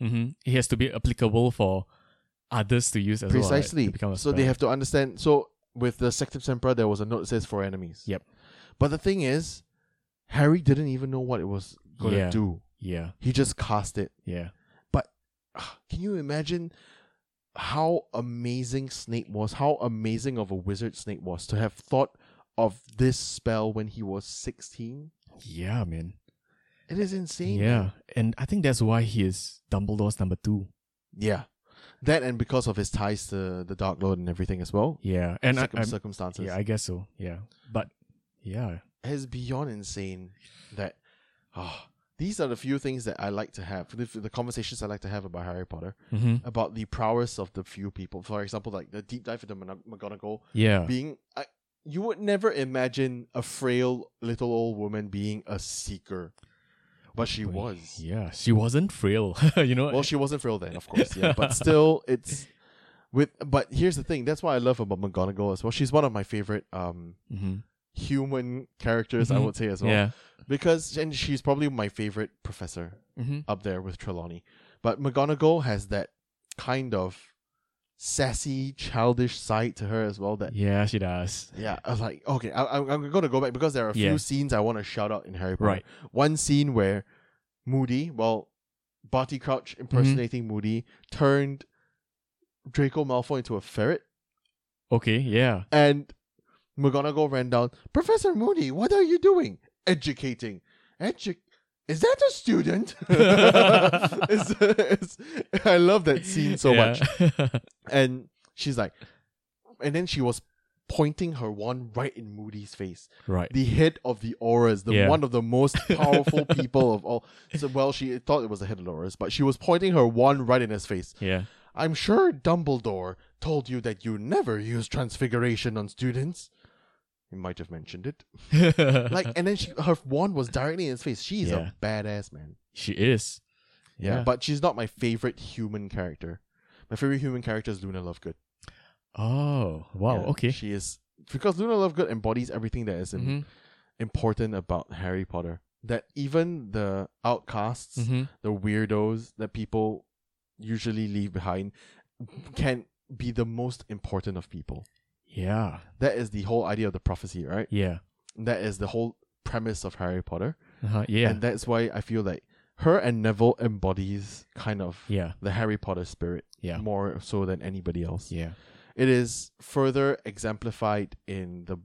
S2: Mm-hmm. It has to be applicable for others to use as well. right,
S1: precisely.
S2: to become a
S1: so they
S2: spell.
S1: have to understand. So with the Sectum Sempra, there was a note that says for enemies.
S2: Yep.
S1: But the thing is, Harry didn't even know what it was gonna
S2: Yeah.
S1: do.
S2: Yeah,
S1: He just cast it.
S2: yeah.
S1: Ah, (sighs) Can you imagine how amazing Snape was? How amazing of a wizard Snape was to have thought of this spell when he was sixteen.
S2: Yeah, man.
S1: It is insane.
S2: Yeah. And I think that's why he is Dumbledore's number two.
S1: Yeah. That and because of his ties to the Dark Lord and everything as well.
S2: Yeah. And I,
S1: Circum-
S2: I'm,
S1: circumstances.
S2: yeah, I guess so. Yeah. But yeah.
S1: It is beyond insane that ah, these are the few things that I like to have. The, the conversations I like to have about Harry Potter,
S2: Mm-hmm.
S1: about the prowess of the few people. For example, like the deep dive into Mon- McGonagall
S2: Yeah.
S1: being. I, you would never imagine a frail little old woman being a seeker, but she was.
S2: Yeah. She wasn't frail. (laughs) you know?
S1: Well, she wasn't frail then, of course, yeah. But still, it's with. But here's the thing. That's why I love about McGonagall as well. She's one of my favorite um
S2: mm-hmm.
S1: human characters, I
S2: Mhm.
S1: would say as well,
S2: Yeah.
S1: because and she's probably my favorite professor
S2: Mm-hmm.
S1: up there with Trelawney. But McGonagall has that kind of sassy, childish side to her as well. That
S2: Yeah, she does.
S1: yeah, I was like, okay, I, I'm, I'm going to go back because there are a
S2: Yeah.
S1: few scenes I want to shout out in Harry Potter.
S2: Right.
S1: One scene where Moody, well, Barty Crouch
S2: Mm-hmm.
S1: impersonating Moody, turned Draco Malfoy into a ferret,
S2: Okay. Yeah.
S1: and McGonagall ran down, Professor Moody, what are you doing? Educating. Edu- is that a student? (laughs) It's- it's- I love that scene so much.
S2: much.
S1: And she's like, and then she was pointing her wand right in Moody's face
S2: (laughs) right.
S1: the head of the Auras, the
S2: Yeah.
S1: one of the
S2: (laughs)
S1: most powerful people of all. So, well, she thought it was the head of the Auras, but she was pointing her wand right in his face.
S2: yeah. (laughs)
S1: I'm sure Dumbledore told you that you never use transfiguration on students. He might have mentioned
S2: (laughs)
S1: it. Like, and then she, her wand was directly in his face. She's a badass man.
S2: she is. Yeah.
S1: but she's not my favorite human character. My favorite human character is Luna Lovegood.
S2: Oh, wow.
S1: Yeah,
S2: okay.
S1: she is because Luna Lovegood embodies everything that is im-
S2: hmm
S1: important about Harry Potter. that even the outcasts,
S2: Mm-hmm.
S1: the weirdos that people usually leave behind can be the most important of people.
S2: Yeah.
S1: That is the whole idea of the prophecy, right?
S2: Yeah.
S1: That is the whole premise of Harry Potter.
S2: Uh-huh. Yeah.
S1: And that's why I feel like her and Neville embodies kind of
S2: yeah.
S1: the Harry Potter spirit
S2: Yeah.
S1: more so than anybody else.
S2: Yeah.
S1: It is further exemplified in the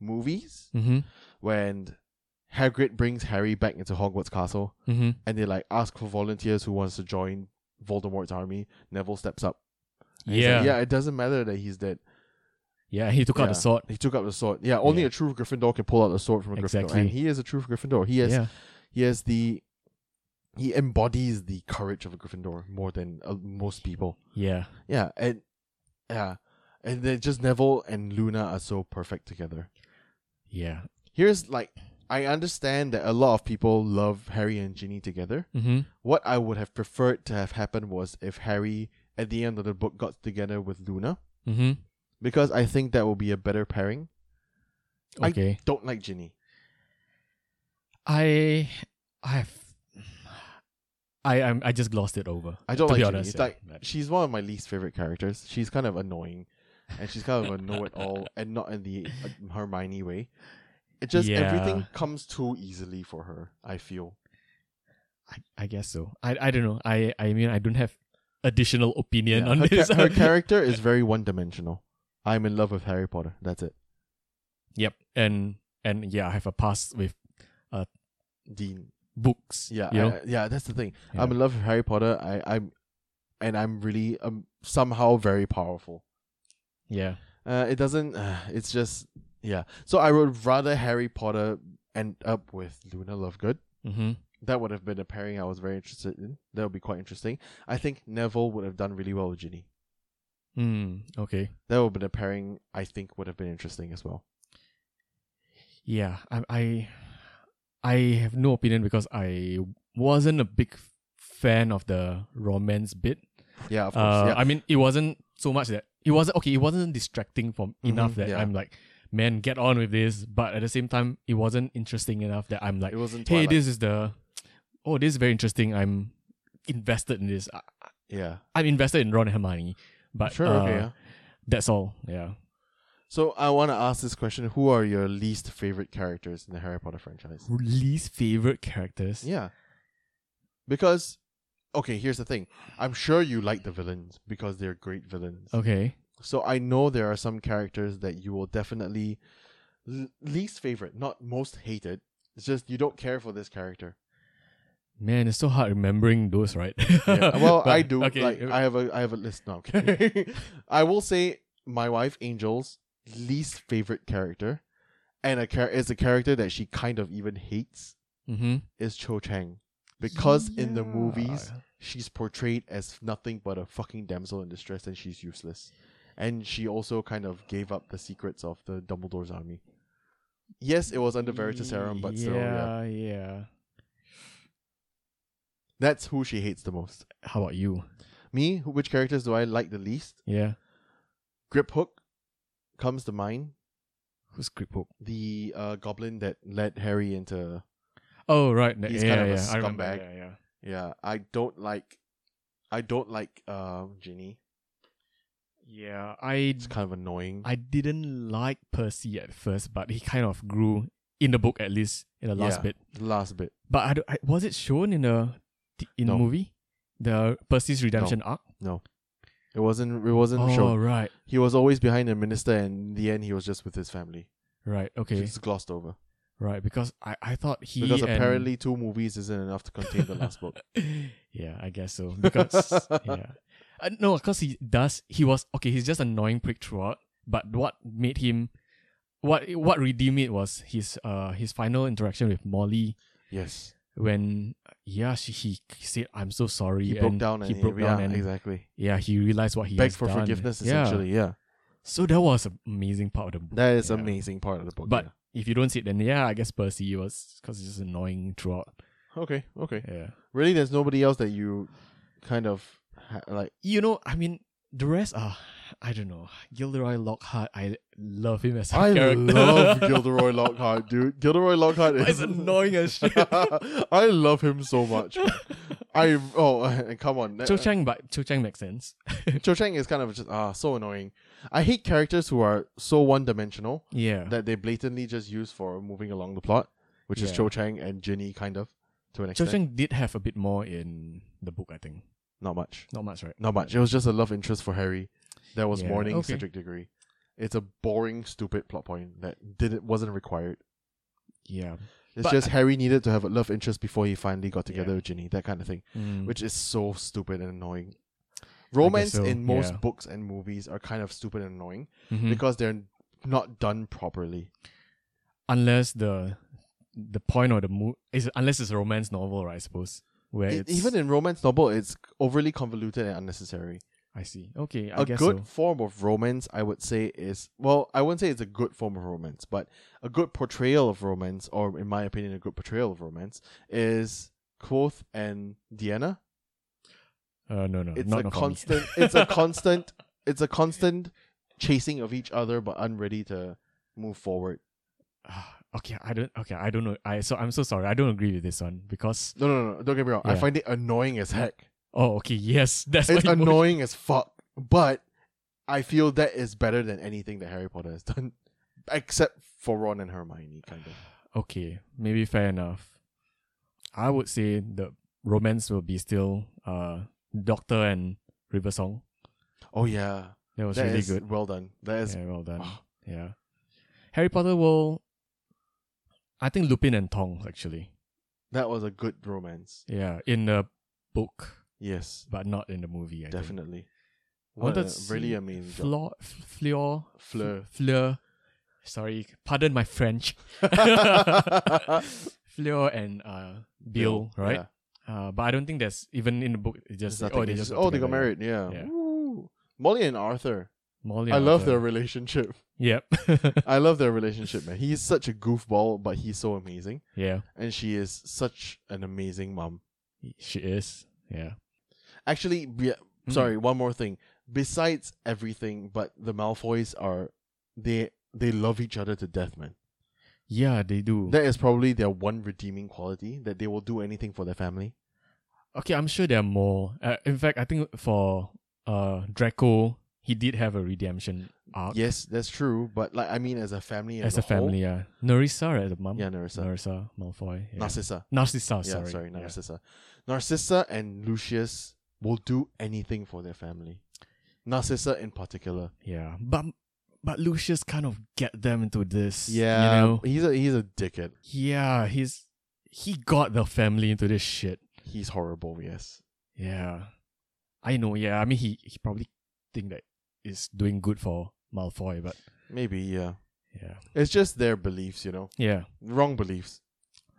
S1: movies
S2: Mm-hmm.
S1: when Hagrid brings Harry back into Hogwarts Castle
S2: Mm-hmm.
S1: and they like ask for volunteers who wants to join Voldemort's army. Neville steps up. And he's
S2: Yeah.
S1: like,
S2: yeah.
S1: yeah, it doesn't matter that he's dead.
S2: He took out
S1: Yeah.
S2: the sword.
S1: He took up the sword. Yeah, only
S2: Yeah.
S1: a true Gryffindor can pull out the sword from a Gryffindor.
S2: Exactly.
S1: And he is a true Gryffindor. He has
S2: Yeah.
S1: he has the he embodies the courage of a Gryffindor more than uh, most people.
S2: Yeah.
S1: Yeah, and yeah, and then just Neville and Luna are so perfect together.
S2: Yeah.
S1: Here's like I understand that a lot of people love Harry and Ginny together.
S2: Mm-hmm.
S1: What I would have preferred to have happened was if Harry at the end of the book got together with Luna
S2: Mm-hmm.
S1: because I think that would be a better pairing. I-
S2: Okay.
S1: Don't like Ginny.
S2: I, I've, I, I'm, I just glossed it over.
S1: I don't
S2: to
S1: like
S2: be
S1: Ginny.
S2: honest,
S1: It's
S2: yeah.
S1: like she's one of my least favorite characters. She's kind of annoying, and she's kind of a know-it-all, and not in the uh, Hermione way. It just
S2: Yeah.
S1: everything comes too easily for her. I feel.
S2: I, I guess so. I, I don't know. I, I mean, I don't have additional opinion
S1: Yeah,
S2: on
S1: her,
S2: this.
S1: cha-
S2: (laughs)
S1: her character is very one-dimensional. I'm in love with Harry Potter. That's it.
S2: Yep. And, and yeah, I have a past with
S1: Dean.
S2: books.
S1: Yeah,
S2: You know?
S1: I- yeah. That's the thing.
S2: Yeah.
S1: I'm in love with Harry Potter. I, I'm, and I'm really um somehow very powerful.
S2: yeah.
S1: Uh, it doesn't. (sighs) Uh, it's just yeah. So I would rather Harry Potter end up with Luna Lovegood.
S2: Mm-hmm.
S1: That would have been a pairing I was very interested in. That would be quite interesting. I think Neville would have done really well with Ginny.
S2: Mm, okay.
S1: That would have been a pairing I think would have been interesting as well.
S2: Yeah. I, I, I have no opinion because I wasn't a big fan of the romance bit.
S1: Yeah, of course.
S2: Uh,
S1: yeah.
S2: I mean, it wasn't so much that it wasn't okay. It wasn't distracting from enough
S1: Mhm,
S2: that
S1: yeah.
S2: I'm like, man, get on with this. But at the same time, it wasn't interesting enough that I'm like,
S1: it wasn't.
S2: hey,
S1: Twilight.
S2: this is the, oh, this is very interesting. I'm invested in this. I,
S1: Yeah.
S2: I'm invested in Ron and Hermione. But
S1: Sure.
S2: uh,
S1: okay. Yeah.
S2: that's all. Yeah.
S1: So I want to ask this question: Who are your least favorite characters in the Harry Potter franchise?
S2: Least favorite characters.
S1: Yeah. Because, okay, here's the thing. I'm sure you like the villains because they're great villains.
S2: Okay.
S1: So I know there are some characters that you will definitely l- least favorite, not most hated. It's just you don't care for this
S2: (laughs)
S1: character.
S2: Man, it's so hard remembering those, right? (laughs)
S1: Yeah, Well,
S2: But-
S1: I do.
S2: Okay. uh,
S1: Like I have a I have a list now. Okay.
S2: (laughs)
S1: (laughs) I will say my wife Angel's least favorite character, and a char- is a character that she kind of even hates
S2: mm-hmm.
S1: is Cho Chang, because in the movies she's portrayed as nothing but a fucking damsel in distress and she's useless. And she also kind of gave up the secrets of the Dumbledore's army. Yes, it was under Veritaserum, but
S2: yeah,
S1: still, yeah.
S2: yeah.
S1: That's who she hates the most.
S2: How about you?
S1: Me, who- which characters do I like the least?
S2: Yeah.
S1: Grip Hook comes to mind.
S2: Who's Griphook?
S1: The uh, goblin that led Harry into.
S2: Oh right, that-
S1: He's
S2: yeah,
S1: kind of a
S2: yeah, I remember,
S1: scumbag.
S2: Yeah, yeah.
S1: Yeah, I don't like. I don't like um, Ginny.
S2: Yeah, I
S1: It's kind of annoying.
S2: I didn't like Percy at first, but he kind of grew in the book at least in the last
S1: Yeah.
S2: bit.
S1: the last bit.
S2: But I, don't- I- was it shown in the th- in
S1: No.
S2: the movie, the Percy's redemption arc?
S1: It wasn't. It wasn't
S2: Oh
S1: shown.
S2: right,
S1: He was always behind the minister, and in the end, he was just with his family.
S2: right, okay,
S1: It's glossed over
S2: right. Because I, I thought he
S1: because
S2: and-
S1: apparently two movies isn't enough to contain the last
S2: (laughs)
S1: book.
S2: yeah, I guess so. Because
S1: (laughs)
S2: yeah, uh, no, because he does. He was okay. He's just annoying prick throughout. But what made him, what what redeemed it was his uh his final interaction with Molly
S1: Yes,
S2: when yeah she he said I'm so sorry.
S1: he broke
S2: and
S1: down and
S2: he broke down
S1: yeah,
S2: and
S1: exactly
S2: yeah he realized what he
S1: begged
S2: has
S1: for
S2: done.
S1: forgiveness.
S2: Yeah.
S1: Essentially, yeah,
S2: So that was an amazing part of the book.
S1: that is
S2: Yeah.
S1: amazing part of the book.
S2: But if you don't see it, then yeah, I guess Percy was because he's just annoying throughout.
S1: yeah. okay, okay,
S2: Yeah.
S1: really,
S2: (laughs)
S1: there's nobody else that you kind of ha- like.
S2: you know, I mean, the rest are I don't know. Gilderoy Lockhart, I love him as a
S1: I
S2: character.
S1: love
S2: (laughs)
S1: Gilderoy Lockhart, dude. Gilderoy Lockhart
S2: But It's
S1: is
S2: annoying as shit.
S1: (laughs) I love him so much. I oh (laughs) and come on.
S2: Cho Chang, but Cho Chang makes sense.
S1: Cho Chang is kind of just ah so annoying. I hate characters who are so one dimensional
S2: Yeah.
S1: that they blatantly just use for moving along the plot, which is
S2: Yeah.
S1: Cho Chang and Ginny kind of to an
S2: Cho
S1: extent.
S2: Chang did have a bit more in the book, I think.
S1: Not much.
S2: Not much, right?
S1: Not much. It was just a love interest for Harry. There was
S2: Yeah,
S1: mourning
S2: okay.
S1: Cedric Diggory. It's a boring, stupid plot point that didn't wasn't required.
S2: Yeah.
S1: It's
S2: But-
S1: just Harry needed to have a love interest before he finally got together
S2: Yeah.
S1: with Ginny, that kind of thing.
S2: Mm.
S1: which is so stupid and annoying. Romance
S2: so,
S1: in most
S2: yeah.
S1: books and movies are kind of stupid and annoying
S2: Mhm.
S1: because they're not done properly.
S2: unless the the point of the mo is unless it's a romance novel, right? I suppose where
S1: E-
S2: it's
S1: even in romance novel, it's overly convoluted and unnecessary.
S2: I see. Okay, I
S1: A
S2: guess
S1: good
S2: so.
S1: form of romance, I would say, is well, I wouldn't say it's a good form of romance, but a good portrayal of romance, or in my opinion, a good portrayal of romance, is Quoth and Deanna.
S2: Uh, no, no,
S1: it's
S2: not
S1: a
S2: not for me.
S1: constant it's
S2: (laughs)
S1: a constant it's a constant chasing of each other but unready to move forward
S2: Ah, okay, I don't. Okay, I don't know. I so I'm so sorry. I don't agree with this one because
S1: no no no don't get me wrong i
S2: Yeah.
S1: find it annoying as heck
S2: oh, okay, yes, (laughs) that's
S1: it's
S2: my emotion.
S1: annoying as fuck but i feel that is better than anything that harry potter has done except for ron and hermione kind of
S2: Okay, maybe fair enough. I would say the romance will be still uh Doctor and River Song.
S1: oh yeah
S2: That was
S1: that
S2: really
S1: is
S2: good.
S1: well done that is
S2: Yeah, well done.
S1: Ah.
S2: yeah. Harry Potter will I think Lupin and Tong actually.
S1: that was a good romance
S2: Yeah, in the book,
S1: yes
S2: but not in the movie. I Think.
S1: definitely
S2: I
S1: what
S2: wanted
S1: a
S2: to see
S1: really amazing job.
S2: Fleur, F- Fleur,
S1: Fleur.
S2: Fleur. Sorry, pardon
S1: (laughs)
S2: my French. (laughs) Fleur and uh, (laughs) Bill, right?
S1: Yeah.
S2: Uh, but I don't think there's even in the book. It
S1: It's
S2: just
S1: nothing.
S2: oh they
S1: It's
S2: just
S1: just, oh, they got
S2: together.
S1: married. Yeah.
S2: Yeah.
S1: Woo. Molly and Arthur.
S2: Molly
S1: I
S2: and
S1: love
S2: Arthur.
S1: their relationship.
S2: Yep. (laughs)
S1: I love their relationship, man. He's such a goofball, but he's so amazing,
S2: yeah,
S1: and she is such an amazing mom.
S2: she is. Yeah.
S1: Actually, yeah,
S2: Mm.
S1: sorry, one more thing. Besides everything, but the Malfoys are they they love each other to death, man.
S2: Yeah, they do.
S1: That is probably their one redeeming quality that they will do anything for their family.
S2: Okay, I'm sure there are more. Uh, in fact, I think for uh Draco, he did have a redemption arc
S1: Yes, that's true, but like I mean, as a family,
S2: as a
S1: whole-
S2: family. Yeah, Narissa, right, the mum.
S1: yeah, Narissa,
S2: Narissa Malfoy. Yeah.
S1: Narcissa,
S2: Narcissa.
S1: Yeah,
S2: Sorry.
S1: sorry,
S2: Yeah.
S1: Narcissa. Narcissa and Lucius will do anything for their family. Narcissa in particular.
S2: Yeah. but but Lucius kind of get them into this.
S1: Yeah,
S2: you know.
S1: he's a he's a dickhead.
S2: Yeah, he's he got the family into this shit.
S1: He's horrible. Yes,
S2: Yeah, I know. Yeah, I mean he he probably think that is doing good for Malfoy, but
S1: maybe yeah.
S2: yeah,
S1: It's just their beliefs, you know,
S2: yeah,
S1: wrong beliefs.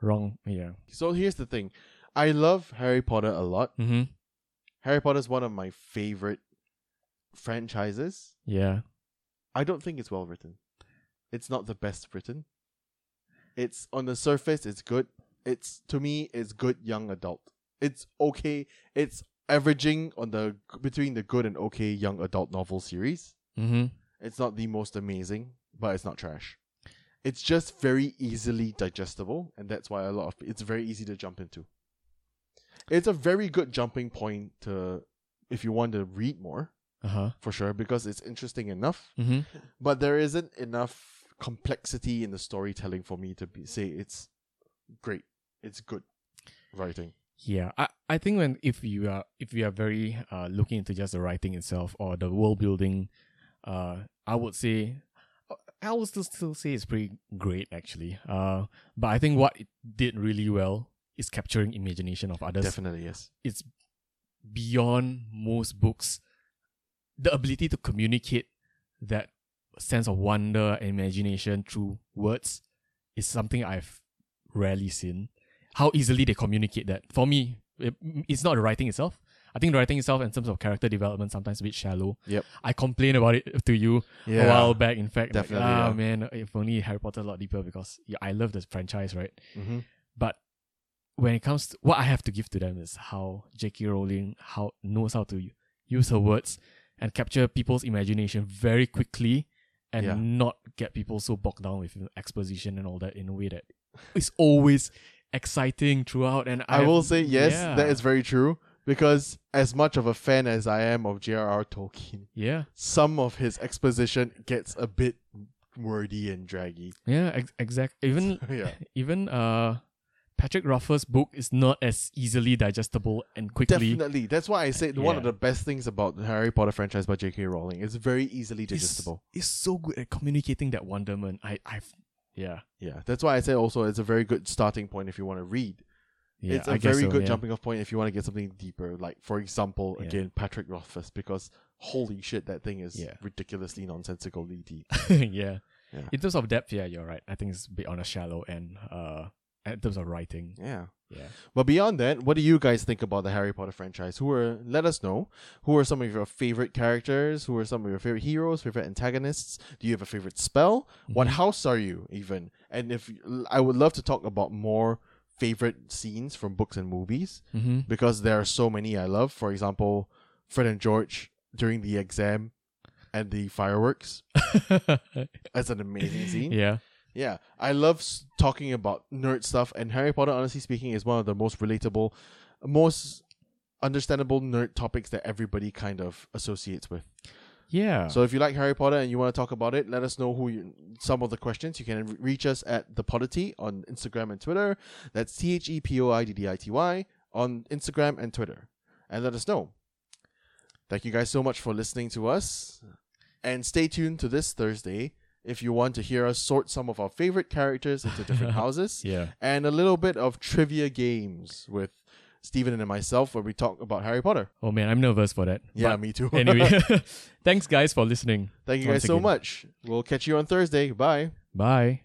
S2: wrong. Yeah.
S1: So here's the thing, I love Harry Potter a lot.
S2: Mm-hmm.
S1: Harry Potter is one of my favorite franchises.
S2: Yeah.
S1: I don't think it's well written. It's not the best written. It's on the surface, it's good. It's to me, it's good young adult. It's okay. It's averaging on the between the good and okay young adult novel series.
S2: Mm-hmm.
S1: It's not the most amazing, but it's not trash. It's just very easily digestible, and that's why a lot of it's very easy to jump into. It's a very good jumping point to if you want to read more
S2: Uh huh.
S1: for sure because it's interesting enough
S2: Mm-hmm.
S1: but there isn't enough complexity in the storytelling for me to be, say it's great it's good writing
S2: Yeah, I, I think when if you are if you are very uh, looking into just the writing itself or the world building, uh, I would say uh, I would still still say it's pretty great actually. Uh, but I think what it did really well is capturing imagination of others.
S1: definitely yes
S2: It's beyond most books. The ability to communicate that sense of wonder and imagination through words is something I've rarely seen. How easily they communicate that. For me, it- it's not the writing itself. I think the writing itself, in terms of character development, sometimes a bit shallow.
S1: Yep.
S2: I complained about it to you
S1: Oh,
S2: a while back. In fact, like,
S1: Definitely,
S2: ah
S1: yeah.
S2: man, if only Harry Potter a lot deeper because yeah, I love this franchise, right?
S1: hmm
S2: But when it comes to what I have to give to them is how J.K. Rowling how knows how to u- use her words and capture people's imagination very quickly and
S1: Yeah.
S2: not get people so bogged down with exposition and all that in a way that is always exciting throughout. And
S1: I
S2: I've-
S1: will say yes,
S2: yeah.
S1: that is very true. Because as much of a fan as I am of J.R.R. Tolkien,
S2: Yeah,
S1: some of his exposition gets a bit wordy and draggy.
S2: yeah, ex- exact. (laughs) Even
S1: (laughs) yeah,
S2: (laughs) even uh, Patrick Ruffers' book is not as easily digestible and quickly.
S1: definitely. That's why I said one of
S2: Yeah.
S1: the best things about the Harry Potter franchise by J.K. Rowling. It's very easily digestible.
S2: It's, so good at communicating that wonderment. I, I've, yeah,
S1: yeah, that's why I said also it's a very good starting point if you want to read.
S2: yeah
S1: it's a
S2: I guess
S1: very
S2: so,
S1: good
S2: yeah.
S1: jumping off point if you want to get something deeper. Like for example,
S2: Yeah.
S1: again Patrick Rothfuss, because holy shit, that thing is
S2: Yeah.
S1: ridiculously nonsensically deep.
S2: (laughs) yeah.
S1: Yeah.
S2: In terms of depth, yeah, you're right. I think it's a bit on a shallow end. Uh, in terms of writing,
S1: yeah.
S2: yeah.
S1: But beyond that, what do you guys think about the Harry Potter franchise? Who are let us know. Who are some of your favorite characters? Who are some of your favorite heroes, favorite antagonists? Do you have a favorite spell? What
S2: Mhm.
S1: house are you even? And if I would love to talk about more favorite scenes from books and movies
S2: Mm-hmm.
S1: because there are so many I love. For example, Fred and George during the exam and the fireworks. Mm-hmm.
S2: (laughs)
S1: That's an amazing scene.
S2: yeah.
S1: Yeah, I love s- talking about nerd stuff, and Harry Potter, honestly speaking, is one of the most relatable, most understandable nerd topics that everybody kind of associates with.
S2: Yeah.
S1: So if you like Harry Potter and you want to talk about it, let us know who you, some of the questions. You can re- reach us at the Podity on Instagram and Twitter. That's T H E P O I D D I T Y on Instagram and Twitter, and let us know. Thank you guys so much for listening to us, and stay tuned to this Thursday if you want to hear us sort some of our favorite characters into
S2: (laughs)
S1: different houses
S2: yeah.
S1: and a little bit of trivia games with Steven and myself where we talk about Harry Potter.
S2: Oh man, I'm nervous for that.
S1: Yeah, me too.
S2: But anyway,
S1: (laughs)
S2: (laughs) thanks guys for listening.
S1: Thank you
S2: Once
S1: guys so
S2: again.
S1: much. We'll catch you on Thursday. Bye.
S2: Bye.